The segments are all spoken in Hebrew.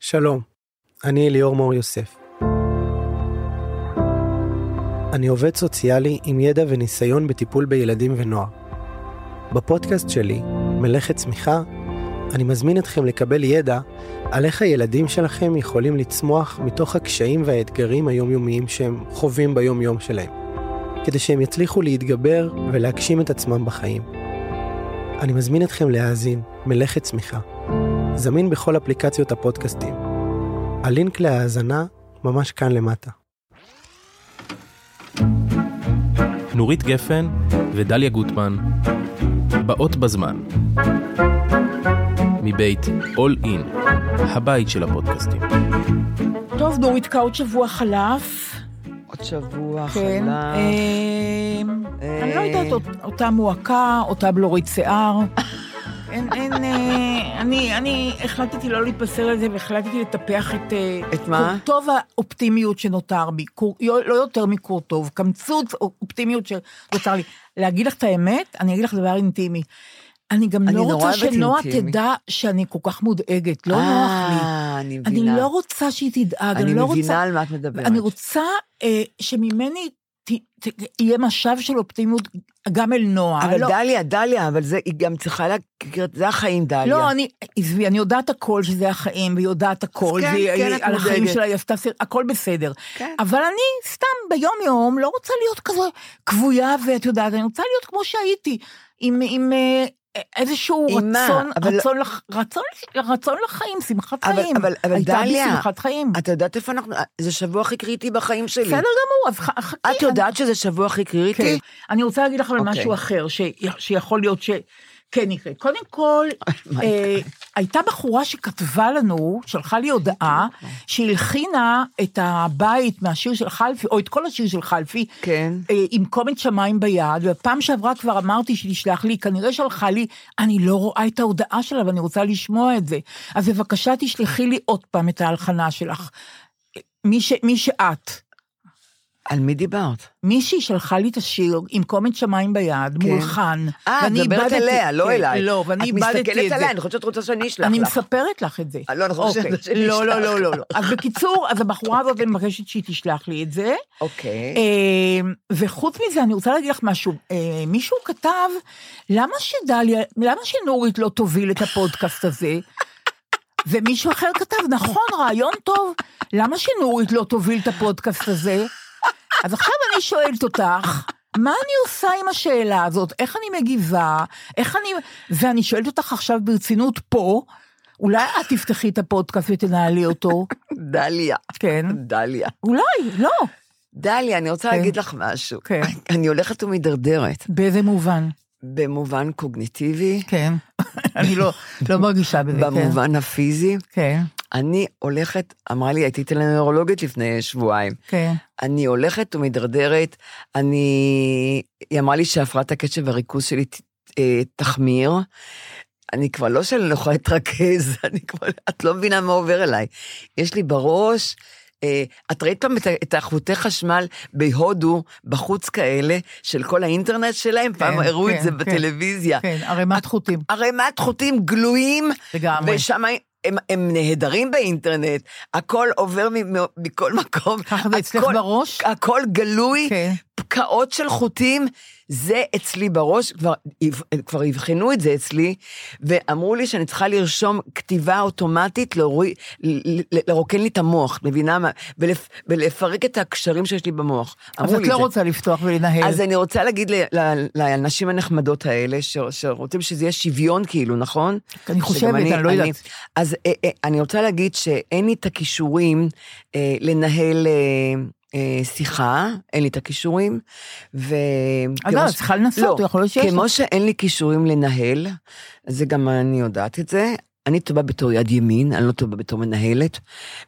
שלום, אני ליאור מור יוסף. אני עובד סוציאלי עם ידע וניסיון בטיפול בילדים ונוער. בפודקאסט שלי, מלאכת צמיחה, אני מזמין אתכם לקבל ידע על איך הילדים שלכם יכולים לצמוח מתוך הקשיים והאתגרים היומיומיים שהם חווים ביום-יום שלהם, כדי שהם יצליחו להתגבר ולהגשים את עצמם בחיים. אני מזמין אתכם להאזין, מלאכת צמיחה. זמין בכל אפליקציות הפודקאסטים. הלינק להאזנה ממש כאן למטה. נורית גפן ודליה גוטמן, באות בזמן, מבית All In, הבית של הפודקאסטים. טוב, נורית קאוט שבוע חלף. עוד שבוע, כן. חלב. אמ, אה, אני לא יודעת, אות- אותה מועקה, אותה בלורית שיער. אין, אין, אה, אני, אני החלטתי לא להתבשר על זה והחלטתי לטפח את... אה, את מה? קורטוב האופטימיות שנותר בי, קור, לא יותר מקורטוב, קמצוץ אופטימיות שנותר לי. להגיד לך את האמת, אני אגיד לך דבר אינטימי. אני גם אני לא נורא רוצה אוהבת שנועה אינטימי. תדע שאני כל כך מודאגת, לא נוח לי. אה, אני אני מבינה. לא רוצה שהיא תדאג, אני אני לא רוצה... מבינה על מה את מדברת. אני רוצה אה, שממני ת, ת, יהיה משאב של אופטימיות גם אל נועה. אבל לא, אה, דליה, דליה, אבל זה, היא גם צריכה להכיר, זה החיים, דליה. לא, אני, עזבי, אני יודעת הכל שזה החיים, והיא יודעת הכל, כן, והיא- כן, היא- את על החיים מודאגת. שלה, היא עשתה, סר- הכל בסדר. כן. אבל אני סתם ביום-יום לא רוצה להיות כזו כבויה, ואת יודעת, אני רוצה להיות כמו שהייתי, עם, עם אה, איזשהו עם מה? רצון, אבל- רצון, לח- רצון, רצון לחיים, שמחת אבל- חיים. אבל- אבל הייתה בי דליה, שמחת חיים. את יודעת איפה אנחנו, אה, זה שבוע הכי קריטי בחיים שלי. בסדר כן. גמור, אז ח- חכי. את יודעת שזה שבוע הכי כן. קריטי? אני רוצה להגיד לך על אוקיי. משהו אחר, ש... שיכול להיות שכן יקרה. קודם כל, אה, הייתה בחורה שכתבה לנו, שלחה לי הודעה, אוקיי. שהלחינה את הבית מהשיר של חלפי, או את כל השיר של חלפי, כן. אה, עם קומץ שמיים ביד, ופעם שעברה כבר אמרתי שתשלח לי, היא כנראה שלחה לי, אני לא רואה את ההודעה שלה ואני רוצה לשמוע את זה. אז בבקשה תשלחי לי עוד פעם את ההלחנה שלך. מי, ש... מי שאת. כן. על מי דיברת? מישהי שלחה לי את השיר עם קומץ שמיים ביד, כן. מולחן. אה, את ואני מדברת איבדתי- עליה, לא כן, אליי. לא, ואני איבדתי את זה. את מסתכלת עליי, אני חושבת שאת רוצה שאני אשלח לך. אני מספרת לך את זה. אה, לא, אני חושבת אוקיי. שאני לא, לא, אשלח. לא, לא, לא. אז בקיצור, אז הבחורה הזאת, אני מבקשת שהיא תשלח לי את זה. אוקיי. אה, וחוץ מזה, אני רוצה להגיד לך משהו. אה, מישהו כתב, למה שדליה, למה שנורית לא תוביל את הפודקאסט הזה? ומישהו אחר כתב, נכון, רעיון טוב, למה שנורית לא תוביל את הפודקאסט הזה? אז עכשיו אני שואלת אותך, מה אני עושה עם השאלה הזאת? איך אני מגיבה? איך אני... ואני שואלת אותך עכשיו ברצינות פה, אולי את תפתחי את הפודקאסט ותנהלי אותו? דליה. כן. דליה. אולי, לא. דליה, אני רוצה כן. להגיד לך משהו. כן. אני הולכת ומידרדרת, באיזה מובן? במובן קוגניטיבי, כן. אני לא, לא מרגישה בזה, כן. במובן הפיזי. כן, אני הולכת, אמרה לי, הייתי אצל הנוירולוגית לפני שבועיים, כן. אני הולכת ומידרדרת, אני... היא אמרה לי שהפרעת הקשב והריכוז שלי ת- אה, תחמיר. אני כבר לא שאני לא יכולה להתרכז, אני כבר... את לא מבינה מה עובר אליי. יש לי בראש... אה, את ראית פעם את ה- את החוטי חשמל בהודו, בחוץ כאלה, של כל האינטרנט שלהם? פעם הראו כן, את זה כן. בטלוויזיה. כן, ערימת חוטים, ערימת חוטים גלויים, לגמרי. ושם הם, הם נהדרים באינטרנט, הכל עובר מ, מ, מכל מקום. ככה זה אצלך הכל- בראש? הכל גלוי, כן. פקעות של חוטים, זה אצלי בראש, כבר, אב- כבר אבחנו את זה אצלי, ואמרו לי שאני צריכה לרשום כתיבה אוטומטית, להוריד, ל- ל- לרוקן לי את המוח, את מבינה מה? ולפ, ולפרק את הקשרים שיש לי במוח. אז אמרו לי את את לא זה. רוצה לפתוח ולנהל. אז אני רוצה להגיד ל- ל- לנשים הנחמדות האלה, ש- שרוצים שזה יהיה שוויון כאילו, נכון? אני חושבת, שגם אני לא יודעת. אז אה, אה, אני רוצה להגיד שאין לי את הכישורים אה, לנהל אה, אה, שיחה, אין לי את הכישורים, ו... אז כמו לא, ש- צריכה לנסות, לא, יכול להיות שיש כמו לך. שאין לי כישורים לנהל, זה גם אני יודעת את זה. אני טובה בתור יד ימין, אני לא טובה בתור מנהלת.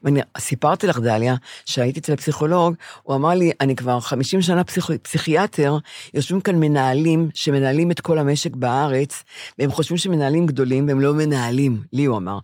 ואני סיפרתי לך, דליה, שהייתי אצל הפסיכולוג, הוא אמר לי, אני כבר 50 שנה פסיכ... פסיכיאטר, יושבים כאן מנהלים שמנהלים את כל המשק בארץ, והם חושבים שמנהלים גדולים, והם לא מנהלים, לי הוא אמר.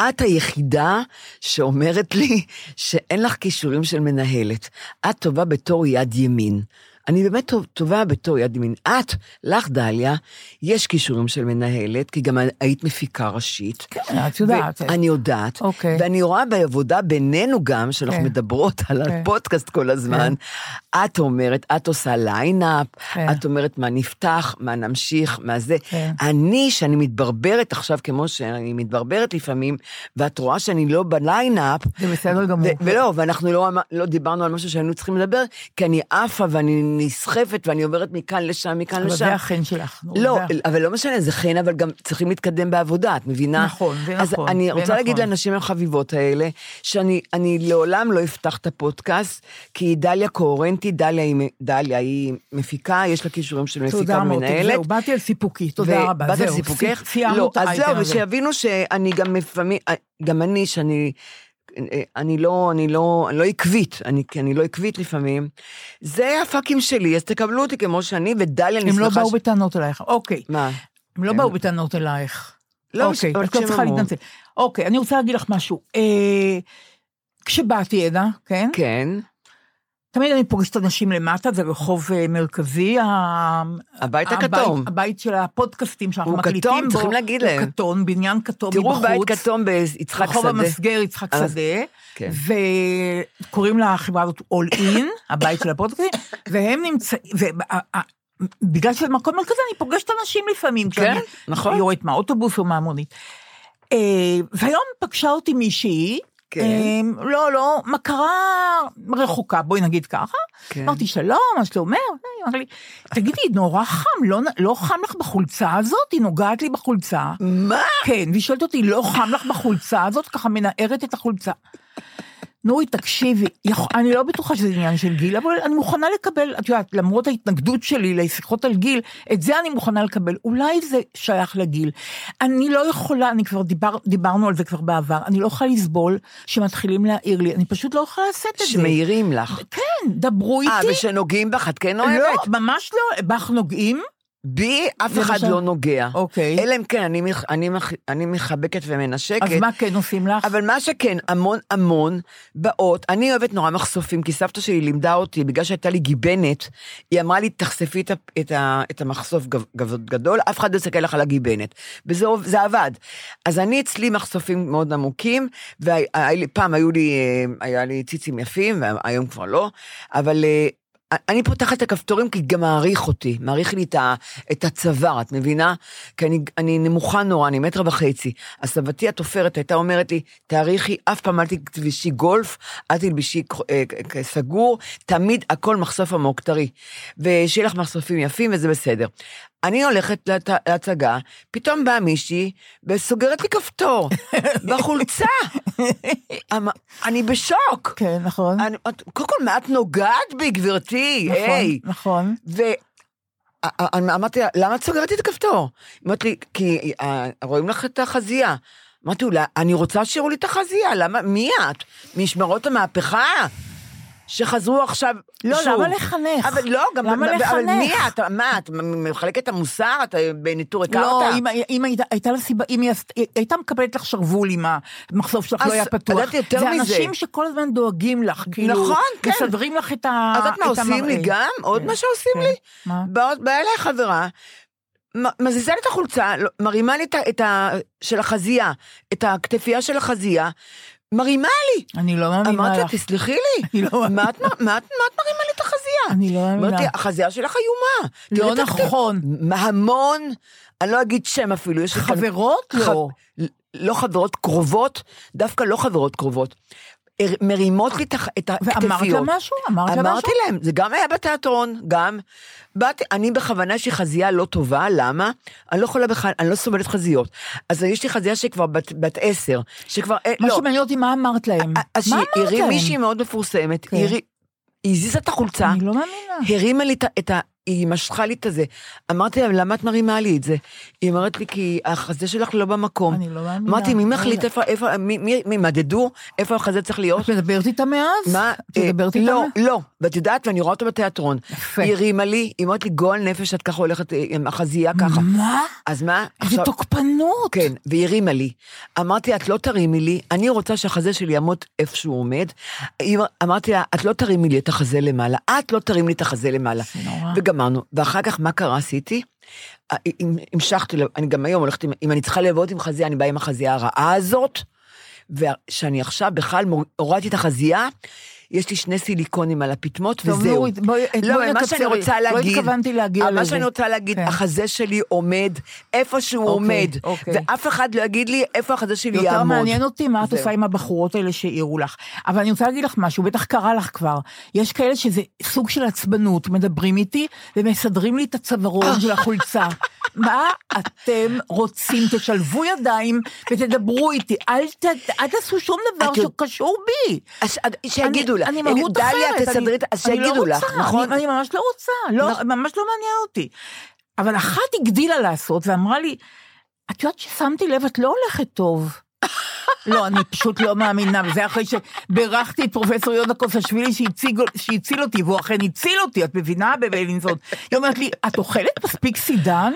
את היחידה שאומרת לי שאין לך כישורים של מנהלת. את טובה בתור יד ימין. אני באמת טוב- טובה בתור יד ימין. את, לך, דליה, יש כישורים של מנהלת, כי גם היית מפיקה ראשית. כן, את יודעת. אני יודעת. אוקיי. ואני רואה בעבודה בינינו גם, שאנחנו כן. מדברות על כן. הפודקאסט כל הזמן, את אומרת, את עושה ליינאפ, כן. את אומרת מה נפתח, מה נמשיך, מה זה. כן. אני, שאני מתברברת עכשיו, כמו שאני מתברברת לפעמים, ואת רואה שאני לא בליינאפ, זה בסדר גמור. ו- ולא, ואנחנו לא, אמר- לא דיברנו על משהו שהיינו צריכים לדבר, כי אני עפה ואני נסחפת ואני עוברת מכאן לשם, מכאן אבל לשם. זה החן שלך. נו, לא, זה הח- אבל לא משנה, זה חן, אבל גם צריכים להתקדם בעבודה, את מבינה? נכון, זה אז נכון, אני זה רוצה להגיד נכון. לנשים החביבות האלה, שאני אני לעולם לא אפתח את הפודקאסט, כי היא דליה קוהרנטית, דליה היא מ- דליה היא מפיקה, יש לה כישורים של מפיקה תודה, מותק, ומנהלת. זהו, באתי על סיפוקי, תודה רבה, זהו. באת לסיפוקך? סי- סיימנו לא, את אז האייטם זהו, הזה. ושיבינו שאני גם לפעמים, אה, גם אני, שאני... אני לא, אני לא, אני לא עקבית, אני, כי אני לא עקבית לפעמים. זה הפאקים שלי, אז תקבלו אותי כמו שאני, ודליה, אני הם שמחה לא באו ש- בטענות אלייך, אוקיי. מה? הם לא הם- באו בטענות אלייך. לא, אוקיי, אבל את לא כשהם צריכה אמרו. להתנצל. אוקיי, אני רוצה להגיד לך משהו. אה, כשבאתי הנה, כן? כן, תמיד אני פוגשת אנשים למטה, זה רחוב אה, מרכזי, ה- הבית הבית- הכתום. הבית של הפודקאסטים שאנחנו הוא מקליטים בו. כתום, צריכים להגיד הוא להם. כתום, בניין כתום תראו לא מבחוץ. בית כתום ביצחק רחוב שדה. המסגר יצחק אז- שדה, כן. וקוראים לחברה הזאת All In, הבית של הפודקאסטים, והם נמצאים, וה- ה- בגלל שזה מקום מרכזי, אני פוגשת אנשים לפעמים, כן, נכון. נכון. יורדת מהאוטובוס או מהמונית. אה, והיום פגשה אותי מישהי, כן. אה, לא, לא, מכרה רחוקה, בואי נגיד ככה. כן. אמרתי, שלום, מה שלומך? היא אמרה לי, תגידי, נורא חם, לא נ- לא חם לך בחולצה הזאת? היא נוגעת לי בחולצה. מה? כן, והיא שואלת אותי, לא חם לך בחולצה הזאת? ככה מנערת את החולצה. נורית, תקשיבי, יכול- אני לא בטוחה שזה עניין של גיל, אבל אני מוכנה לקבל, את יודעת, למרות ההתנגדות שלי לשיחות על גיל, את זה אני מוכנה לקבל. אולי זה שייך לגיל. אני לא יכולה, אני כבר דיבר, דיברנו על זה כבר בעבר, אני לא יכולה לסבול שמתחילים להעיר לי, אני פשוט לא יכולה לשאת את זה. שמעירים לך. כן, דברו אה, איתי. ושנוגעים בך, את כן לא, אוהבת? ממש לא, בך נוגעים. בי אף זה אחד למשל- לא נוגע. אוקיי. אלא אם כן, אני מח- אני מח- אני מחבקת ומנשקת. אז מה כן עושים לך? אבל מה שכן, המון המון באות, אני אוהבת נורא מחשופים, כי סבתא שלי לימדה אותי, בגלל שהייתה לי גיבנת, היא אמרה לי, תחשפי את, ה- את, ה- את המחשוף גב- גב- גדול, אף אחד לא יסתכל לך על הגיבנת. וזה עוב- זה עבד. אז אני אצלי מחשופים מאוד עמוקים, ופעם היו לי, אה, היה לי ציצים יפים, והיום כבר לא, אבל... אה, אני פותחת את הכפתורים כי גם מעריך אותי, מעריך לי את, ה, את הצוואר, את מבינה? כי אני, אני נמוכה נורא, אני מטר וחצי. אז סבתי התופרת הייתה אומרת לי, תעריכי, אף פעם אל תלבשי גולף, אל תלבשי כ- אה, כ- סגור, תמיד הכל מחשוף עמוק, טרי. ושיהיה לך מחשופים יפים וזה בסדר. אני הולכת להת, להצגה, פתאום באה מישהי וסוגרת לי כפתור, בחולצה. אמ- אני בשוק. כן, נכון. אני, את, קודם כל, מה את נוגעת בי, גברתי? נכון, היי. נכון. ו... א- א- אני אמרתי לה, למה את סוגרת לי את הכפתור? היא אמרת לי, כי אה, רואים לך את החזייה. אמרתי, אולי, אני רוצה שיראו לי את החזייה, למה, מי את? משמרות המהפכה? שחזרו עכשיו לא, שוב. למה לחנך? אבל לא, גם... למה אבל- אבל לחנך? מי את? מה, את מחלקת את המוסר? את אה, בניטור הכרת? לא, אם, אם הייתה, הייתה לה סיבה, אם היא עשת- היא הייתה מקבלת לך שרוול אם המחשוף שלך אז לא היה פתוח. יודעת יותר זה מזה. אנשים שכל הזמן דואגים לך, כאילו, נכון, כן. מסדרים לך את ה... את יודעת מה את עושים לי המראה. גם? עוד כן, מה שעושים כן. לי? מה? בא באה אליי חברה, מ- מזיזה לי את החולצה, לא- מרימה לי את ה- את ה... של החזייה, את הכתפייה של החזייה, מרימה לי. אני לא מאמינה אמרתי לה, לך. תסלחי לי, אני לא מה את מאמינה. מה את- מה את מרימה לי את החזייה? אני לא מאמינה. אמרתי, החזייה שלך איומה. תראי לא את הכתף." נכון. מה- המון, אני לא אגיד שם אפילו, יש לי כאן- חברות? לא. ח- לא חברות קרובות, דווקא לא חברות קרובות. הר- מרימות לי את הח- את הכתפיות. ואמרת לה משהו? אמרת לה אמרתי משהו? להם, זה גם היה בתיאטרון, גם. באתי, אני בכוונה שהיא חזייה לא טובה, למה? אני לא יכולה בכלל, אני לא סובלת חזיות. אז יש לי חזייה שכבר בת, בת עשר, שכבר, אה, מה לא. אה, שמעניין אותי, מה אמרת להם? אז מה שהיא אמרת הרים להם? מישהי מאוד מפורסמת, כן. היא הרי- היא הזיזה את החולצה, אני לא מאמינה. הרימה לי את ה- את ה... היא משכה לי את הזה. אמרתי להם, למה את מרימה לי את זה? היא אומרת לי, כי החזה שלך לא במקום. אני לא מאמינה. אמרתי, מי לא מחליט יודעת. איפה, איפה, מי- מי מי מדדו, איפה החזה צריך להיות? את מדברת איתה מאז? לא. מה? את מדברת אה, איתה? לא, מאז? לא. ואת יודעת, ואני רואה אותו בתיאטרון. יפה. היא הרימה לי, היא אומרת לי, גועל נפש, את ככה הולכת אה, עם החזייה ככה. מה? אז מה? איזה עכשיו- תוקפנות. כן, והיא הרימה לי. אמרתי, את לא תרימי לי, אני רוצה שהחזה שלי יעמוד איפה שהוא עומד. היא- אמרתי לה, את לא תרימי לי את החזה למעלה, את לא תרימי לי את החזה למעלה. זה נורא. וגמרנו. ואחר כך, מה קרה עשיתי? אה, אם- המשכתי, ל- אני גם היום הולכת, עם- אם אני צריכה לעבוד עם חזייה, אני באה עם החזייה הרעה הזאת, ושאני עכשיו בכלל מור- הורדתי את החזייה, יש לי שני סיליקונים על הפטמות, טוב, וזהו. נורית, בואי- לא, בואי אבל מה נקצרי. שאני רוצה לא להגיד, התכוונתי להגיע אבל מה לזה. שאני רוצה להגיד, כן. החזה שלי עומד איפה שהוא אוקיי, עומד, אוקיי. ואף אחד לא יגיד לי איפה החזה שלי יעמוד. יותר מעניין אותי מה את זהו. עושה עם הבחורות האלה שהעירו לך. אבל אני רוצה להגיד לך משהו, בטח קרה לך כבר. יש כאלה שזה סוג של עצבנות, מדברים איתי ומסדרים לי את הצווארון של החולצה. מה אתם רוצים? תשלבו ידיים ותדברו איתי. אל, ת, אל תעשו שום דבר את יודע- שקשור בי. אז ש- שיגידו לך, אה, אני, אני מהות אחרת. דליה, אני- תסדרי, את- אז אני לא שיגידו לך, רוצה, נכון? אני, אני ממש לא רוצה, לא, ממש לא מעניין אותי. אבל אחת הגדילה לעשות ואמרה לי, את יודעת ששמתי לב, את לא הולכת טוב. לא, אני פשוט לא מאמינה, וזה אחרי שבירכתי את פרופסור יונה קופשווילי שהציג- שהציל אותי, והוא אכן הציל אותי, את מבינה בבילינסון? היא אומרת לי, את אוכלת מספיק סידן?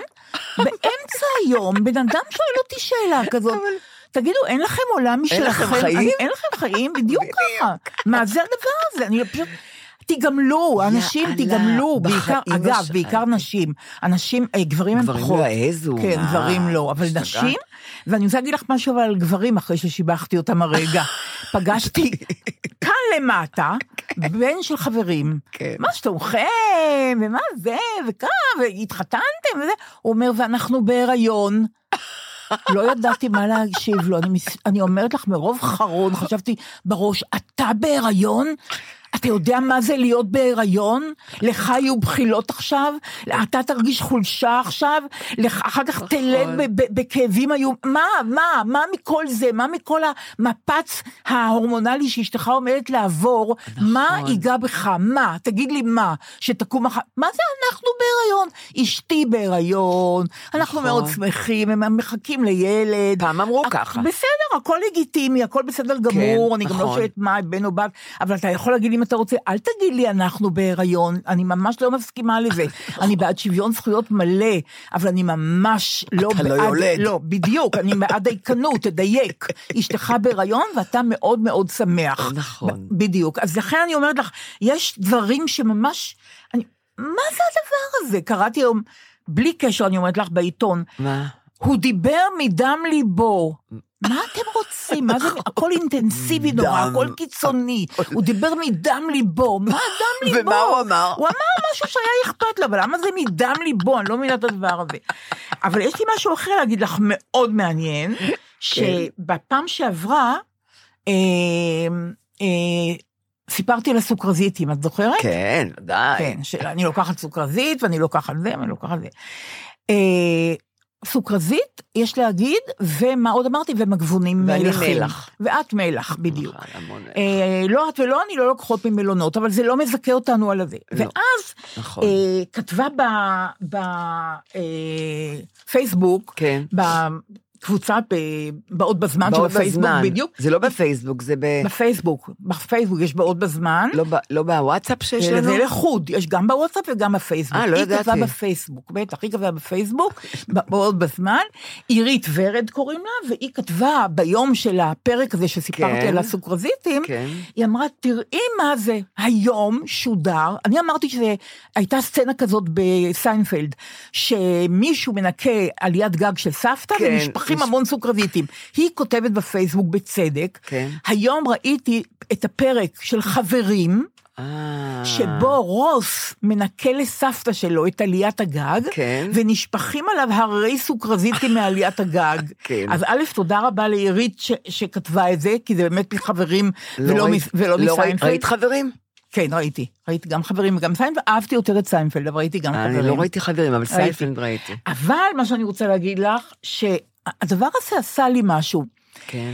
באמצע היום בן אדם שואל אותי שאלה כזאת. תגידו, אין לכם עולם משלכם? אין לכם חיים? אני- אין לכם חיים? בדיוק ככה. מה זה הדבר הזה? אני פשוט... תיגמלו, אנשים יאללה, תיגמלו, בעיקר, בחיים לא אגב, שאלתי. בעיקר נשים, אנשים, אה, גברים הם גברים פחות. לא העזו, כן, מה? גברים לא, אבל השתגעת? נשים, ואני רוצה להגיד לך משהו אבל על גברים אחרי ששיבחתי אותם הרגע. פגשתי כאן למטה, בן של חברים. כן. מה שלומכם, ומה זה, וכאן, והתחתנתם וזה. הוא אומר, ואנחנו בהיריון. לא ידעתי מה להקשיב לו, אני, מס- אני אומרת לך מרוב חרון, חשבתי בראש, אתה בהיריון? אתה יודע מה זה להיות בהיריון? לך יהיו בחילות עכשיו? אתה תרגיש חולשה עכשיו? לך, אחר כך תלד ב- ב- בכאבים היו... מה, מה, מה מכל זה? מה מכל המפץ ההורמונלי שאשתך עומדת לעבור? מה ייגע בך? מה? תגיד לי מה? שתקום אחר... מה זה אנחנו בהיריון? אשתי בהיריון, אנחנו נכון. מאוד שמחים, הם מחכים לילד. פעם אמרו הכ- ככה. בסדר, הכל לגיטימי, הכל בסדר גמור, אני גם לא נכון. שואלת מה, בן או בת, אבל אתה יכול להגיד לי אם אתה רוצה, אל תגיד לי אנחנו בהיריון, אני ממש לא מסכימה לזה. אני בעד שוויון זכויות מלא, אבל אני ממש לא אתה בעד... לא יולד. לא, בדיוק, אני בעד דייקנות, תדייק. אשתך בהיריון ואתה מאוד מאוד שמח. נכון. ב- בדיוק. אז לכן אני אומרת לך, יש דברים שממש... אני, מה זה הדבר הזה? קראתי היום, בלי קשר, אני אומרת לך, בעיתון, מה? הוא דיבר מדם ליבו. מה אתם רוצים? מה זה, נכון. הכל אינטנסיבי נורא, דם. הכל קיצוני. הוא דיבר מדם ליבו, מה דם ליבו? ומה הוא אמר? הוא אמר משהו שהיה אכפת לו, אבל למה זה מדם ליבו? אני לא מבינה את הדבר הזה. אבל יש לי משהו אחר להגיד לך, מאוד מעניין, כן. שבפעם שעברה, אה, אה, סיפרתי על הסוכרזית, אם את זוכרת? כן, די. כן, שאני לוקחת סוכרזית, ואני לוקחת זה, ואני לוקחת זה. אה, סוכרזית, יש להגיד, ומה עוד אמרתי? ומגבונים ואני מלחים. מלח. ואת מלח, בדיוק. נכון, המון, אה, לא את ולא אני לא לוקחות ממלונות, אבל זה לא מזכה אותנו על הזה. לא. ואז נכון. אה, כתבה אה, בפייסבוק, כן. בקבוצה, ב- בעוד אה, בזמן של בעוד הפייסבוק, בזמן. בדיוק, זה לא בפייסבוק, זה ב... בפייסבוק, בפייסבוק יש בעוד בזמן. לא ב- לא בוואטסאפ שיש זה- לנו? זה לחוד, אה, יש גם בוואטסאפ וגם בפייסבוק. אה, לא היא כתבה ידעתי. בפייסבוק, בטח, היא כתבה בפייסבוק, ב- מאוד בזמן. עירית ורד קוראים לה, והיא כתבה ביום של הפרק הזה שסיפרתי כן. על הסוכרזיתים, כן. היא אמרה, תראי מה זה, היום שודר, אני אמרתי שהייתה סצנה כזאת בסיינפלד, שמישהו מנקה על יד גג של סבתא, כן, ונשפכים נש- המון סוכרזיתים. היא כותבת בפייסבוק, בצדק, כן. היום ראיתי את הפרק של חברים, אה. שבו רוס מנקה לסבתא שלו את עליית הגג, כן. ונשפכים עליו הררי סוכרזיתים מעליית הגג. כן. אז א', תודה רבה לעירית ש- שכתבה את זה, כי זה באמת מחברים לא ולא ראית- מס- ולא לא ראית- מסיינפלד. ראית חברים? כן, ראיתי. ראיתי גם חברים וגם סיינפלד, אהבתי יותר את סיינפלד, אבל ראיתי גם אה, חברים. אני לא ראיתי חברים, אבל ראיתי. סיינפלד ראיתי. אבל מה שאני רוצה להגיד לך, שהדבר הזה עשה לי משהו. כן.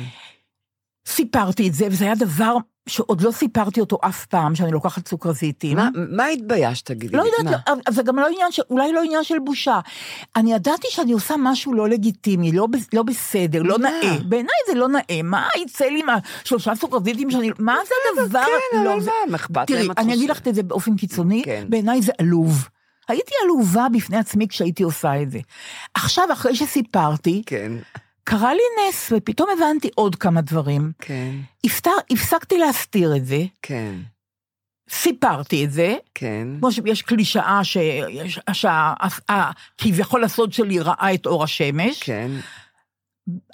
סיפרתי את זה, וזה היה דבר שעוד לא סיפרתי אותו אף פעם, שאני לוקחת סוכרזיתים. מה- מה התביישת, תגידי? לא לי? יודעת, מה? לא, אבל זה גם לא עניין, של, אולי לא עניין של בושה. אני ידעתי שאני עושה משהו לא לגיטימי, לא, בס- לא בסדר, לא מה? נאה. בעיניי זה לא נאה. מה יצא לי מה, שלושה סוכרזיתים שאני... מה זה הדבר? כן, לא, אבל זה- מה, מה אכפת תראי, להם? את אני אגיד חושבת? לך את זה באופן קיצוני, כן. בעיניי זה עלוב. הייתי עלובה בפני עצמי כשהייתי עושה את זה. עכשיו, אחרי שסיפרתי, כן, קרה לי נס, ופתאום הבנתי עוד כמה דברים. כן, הפסק- הפסקתי להסתיר את זה, כן, סיפרתי את זה, כן. כמו שיש קלישאה שכביכול הסוד שלי ראה את אור השמש. כן,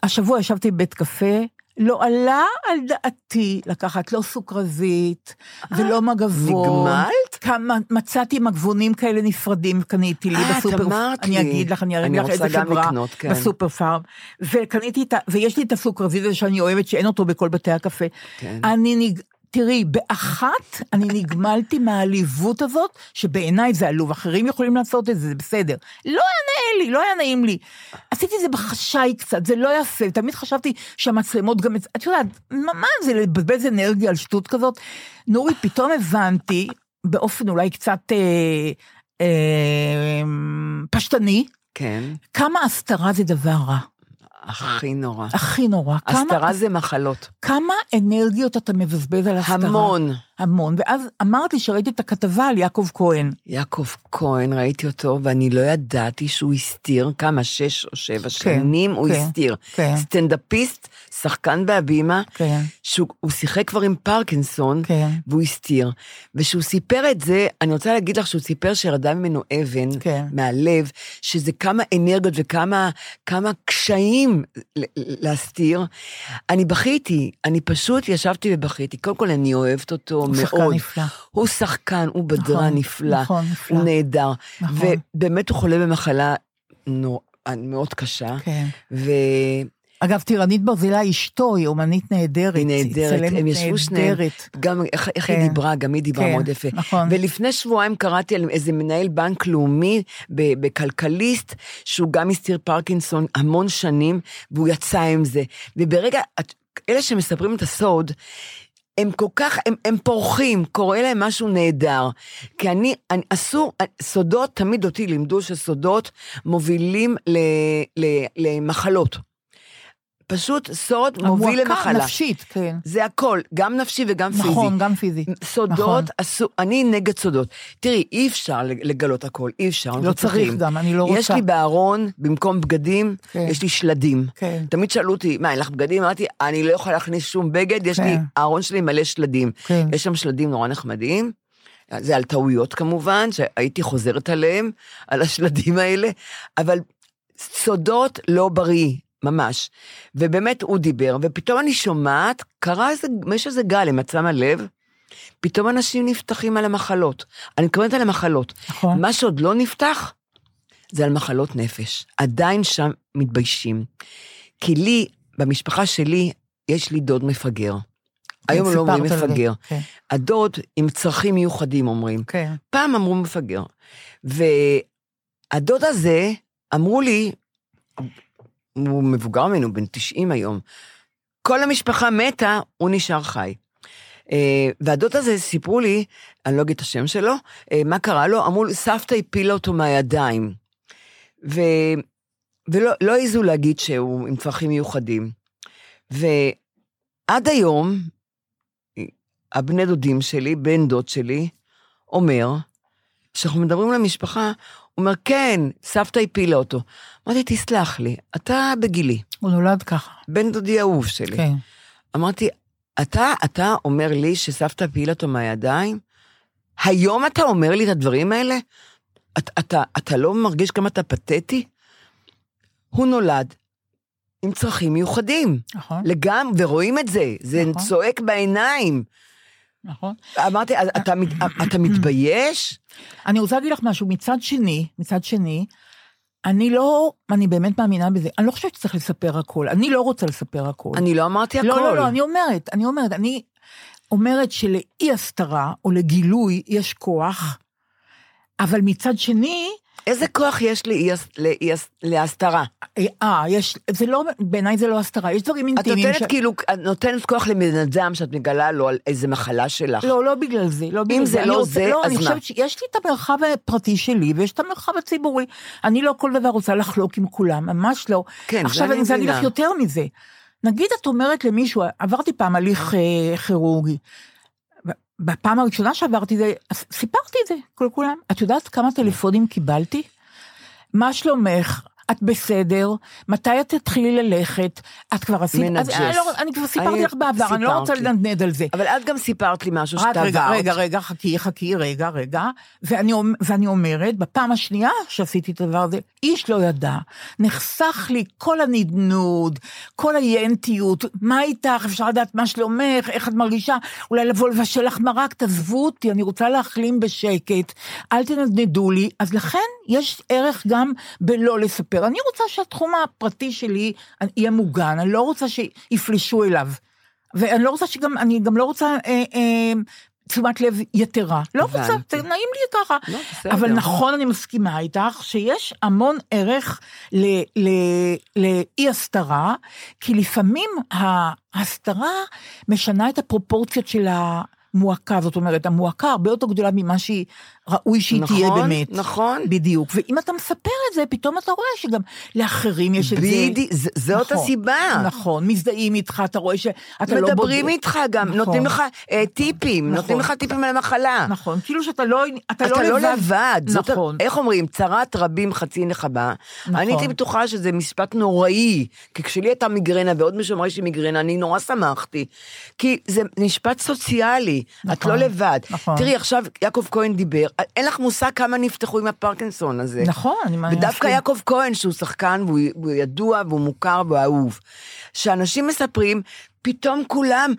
השבוע ישבתי בבית קפה, לא עלה על דעתי לקחת לא סוכרזית ולא מגבון. אה, נגמלת? כמה, מצאתי מגבונים כאלה נפרדים, קניתי לי אה, את בסופר. אמרת אני לי. אגיד לך, אני אני אגיד לך רוצה איזה גם חברה. לקנות, כן. בסופר פארם. וקניתי את ה... ויש לי את הסוכרזית הזה שאני אוהבת, שאין אותו בכל בתי הקפה. כן. אני נג... תראי, באחת אני נגמלתי מהעליבות הזאת, שבעיניי זה עלוב, אחרים יכולים לעשות את זה, זה בסדר. לא היה נאה לי, לא היה נעים לי. עשיתי את זה בחשאי קצת, זה לא יפה, תמיד חשבתי שהמצלמות גם... את- את יודעת, מה מה זה לבזבז אנרגיה על שטות כזאת? נורית, פתאום הבנתי, באופן אולי קצת אה, אה, פשטני, כן. כמה הסתרה זה דבר רע, הכי נורא. הכי נורא. כמה, הסתרה זה מחלות. כמה אנרגיות אתה מבזבז על הסתרה. המון. המון, ואז אמרת לי שראיתי את הכתבה על יעקב כהן. יעקב כהן, ראיתי אותו, ואני לא ידעתי שהוא הסתיר כמה, שש או שבע שנים הוא כן, הסתיר. כן. סטנדאפיסט, שחקן בהבימה, כן. שהוא הוא שיחק כבר עם פרקינסון, כן. והוא הסתיר. וכשהוא סיפר את זה, אני רוצה להגיד לך שהוא סיפר שירדה ממנו אבן כן. מהלב, שזה כמה אנרגיות וכמה כמה קשיים ל- ל- להסתיר. אני בכיתי, אני פשוט ישבתי ובכיתי. קודם כל, אני אוהבת אותו הוא מאוד. שחקן נפלא. הוא שחקן, הוא בדרן נכון, נפלא. נכון, נפלא. הוא נהדר. נכון. ובאמת הוא חולה במחלה נור... מאוד קשה. כן. ו... אגב, טירנית ברזילה, אשתו, היא אומנית נהדרת. היא נהדרת, צלמת הם ישבו שניהם, נהדרת. גם איך, איך כן. היא דיברה, גם היא דיברה כן, מאוד יפה. נכון. ולפני שבועיים קראתי על איזה מנהל בנק לאומי ב- בכלכליסט, שהוא גם הסתיר פרקינסון המון שנים, והוא יצא עם זה. וברגע, את- אלה שמספרים את הסוד, הם כל כך, הם, הם פורחים, קורה להם משהו נהדר. כי אני, אני אסור, סודות, תמיד אותי לימדו שסודות מובילים ל, ל, למחלות. פשוט סוד מוביל המועקה למחלה. נפשית, כן. זה הכל, גם נפשי וגם פיזי. נכון, גם פיזית. סודות, נכון. אסור, אני נגד סודות. תראי, אי אפשר לגלות הכל, אי אפשר. אנחנו לא צריך צריכים. גם, אני לא יש רוצה. לי בארון, במקום בגדים, כן. יש לי שלדים. כן. תמיד שאלו אותי, מה, אין לך בגדים? אמרתי, אני לא יכולה להכניס שום בגד, יש כן. לי, הארון שלי מלא שלדים. כן. יש שם שלדים נורא נחמדים. זה על טעויות כמובן, שהייתי חוזרת עליהם, על השלדים האלה, אבל סודות לא בריא, ממש. ובאמת הוא דיבר, ופתאום אני שומעת, קרה איזה, יש איזה גל, אם את שמה לב, פתאום אנשים נפתחים על המחלות. אני מתכוונת על המחלות. נכון. מה שעוד לא נפתח, זה על מחלות נפש. עדיין שם מתביישים. כי לי, במשפחה שלי, יש לי דוד מפגר. כן, היום לא אומרים סיפרת על זה. מפגר. כן. הדוד עם צרכים מיוחדים אומרים. כן. פעם אמרו מפגר. והדוד הזה, אמרו לי, הוא מבוגר ממנו, בן 90 היום, כל המשפחה מתה, הוא נשאר חי. אה, והדוד הזה, סיפרו לי, אני לא אגיד את השם שלו, אה, מה קרה לו, אמרו, לו, סבתא הפילה אותו מהידיים. ו... ולא לא העזו להגיד שהוא עם צרכים מיוחדים. ועד היום, הבני דודים שלי, בן דוד שלי, אומר, כשאנחנו מדברים למשפחה, הוא אומר, כן, סבתא הפילה אותו. אמרתי, תסלח לי, אתה בגילי, הוא נולד ככה. בן דודי אהוב שלי. כן. אמרתי, אתה, אתה אומר לי שסבתא הפילה אותו מהידיים? היום אתה אומר לי את הדברים האלה? אתה, אתה, אתה לא מרגיש כמה אתה פתטי? הוא נולד עם צרכים מיוחדים, נכון. לגמרי, ורואים את זה, זה נכון. צועק בעיניים. נכון. אמרתי, "אז אתה, מת- אתה מתבייש? אני רוצה להגיד לך משהו, מצד שני, מצד שני, אני לא, אני באמת מאמינה בזה, אני לא חושבת שצריך לספר הכל, אני לא רוצה לספר הכל. אני לא אמרתי הכל. לא, לא, לא, אני אומרת, אני אומרת, אני אומרת שלאי הסתרה או לגילוי יש כוח, אבל מצד שני, איזה כוח יש לאי הס- לאי הס- להסתרה? אה, יש, זה לא, בעיניי זה לא הסתרה, יש דברים את אינטימיים. נותנת כאילו, את נותנת כוח לבן אדם שאת מגלה לו על איזה מחלה שלך. לא, לא בגלל זה, לא בגלל זה אני לא רוצה- זה, לא, אז אני מה? חושבת שיש לי את המרחב הפרטי שלי, ויש את המרחב הציבורי. אני לא כל דבר רוצה לחלוק עם כולם, ממש לא. כן, זה עכשיו אני אני רוצה להגיד לך מבינה. יותר מזה. נגיד את אומרת למישהו, עברתי פעם הליך אה, כירורגי. בפעם הראשונה שעברתי זה, אז סיפרתי את זה, כל כולם. את יודעת כמה כן. טלפונים קיבלתי? מה שלומך? את בסדר? מתי את תתחילי ללכת? את כבר עשית... אז מנג'ס. אה, אני, לא, אני כבר סיפרתי אני- לך בעבר, אני לא רוצה סיפרת לי. לנדנד על זה. אבל את גם סיפרת לי משהו רק שאתה רגע, עברת. רגע, רגע, חכי, חכי, רגע, רגע. ואני, אומ- ואני אומרת, בפעם השנייה שעשיתי את הדבר הזה, איש לא ידע. נחסך לי כל הנדנוד, כל היענתיות, מה איתך, אפשר לדעת מה שלומך, איך את מרגישה, אולי לבוא לבשל לך מרק, תעזבו אותי, אני רוצה להחלים בשקט, אל תנדנדו לי. אז לכן יש ערך גם בלא לספר. אני רוצה שהתחום הפרטי שלי אה, יהיה מוגן, אני לא רוצה שיפלשו אליו. ואני לא רוצה שגם, אני גם לא רוצה אה, אה, תשומת לב יתרה. לא הבנתי. רוצה, זה נעים לי ככה. לא, בסדר. אבל נכון, אני מסכימה איתך, שיש המון ערך ל- ל- לאי-הסתרה, כי לפעמים ההסתרה משנה את הפרופורציות של המועקה, זאת אומרת, המועקה הרבה יותר גדולה ממה שהיא, ראוי שהיא תהיה נכון, באמת. נכון. בדיוק. ואם אתה מספר את זה, פתאום אתה רואה שגם לאחרים יש את זה. בדיוק, ז- זאת נכון, הסיבה. נכון, מזדהים איתך, אתה רואה שאתה לא בודק. מדברים איתך גם, נכון. נותנים לך אה, טיפים, נכון. נותנים לך טיפים על המחלה. נכון, כאילו שאתה לא, אתה אתה לא לבד, זאת ה- נכון. איך אומרים, צרת רבים חצי נחמה. נכון. אני הייתי בטוחה שזה משפט נוראי, כי כשלי הייתה מיגרנה ועוד מישהו אמר לי שהיא מיגרנה, אני נורא שמחתי. כי זה משפט סוציאלי, את נכון, לא לבד. נכון. תראי, עכשיו יעקב כהן דיבר, אין לך מושג כמה נפתחו עם הפרקינסון הזה. נכון, אני מאמינה ודווקא שכן. יעקב כהן, שהוא שחקן, והוא, והוא ידוע, והוא מוכר, והוא אהוב. שאנשים מספרים, פתאום כולם,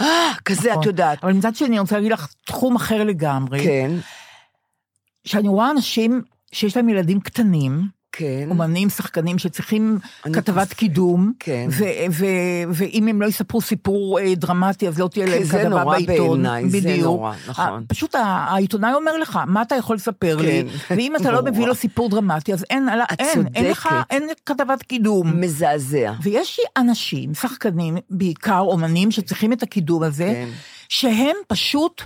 אה, כזה, את נכון. יודעת. אבל מצד שני, אני רוצה להגיד לך תחום אחר לגמרי. כן, שאני רואה אנשים שיש להם ילדים קטנים, כן. אומנים, שחקנים שצריכים אני כתבת חושבת, קידום, כן. ו- ו- ואם הם לא יספרו סיפור אה, דרמטי, אז לא תהיה להם זה כתבה נורא בעיתון. בעיניי, זה בדיוק. נורא, נכון. ה- פשוט ה- העיתונאי אומר לך, מה אתה יכול לספר לי? כן. ואם אתה לא נורא. מביא לו סיפור דרמטי, אז אין, עלה- את אין, אין לך, צודקת. אין כתבת קידום. מזעזע. ויש אנשים, שחקנים, בעיקר אומנים, שצריכים את הקידום הזה, כן. שהם פשוט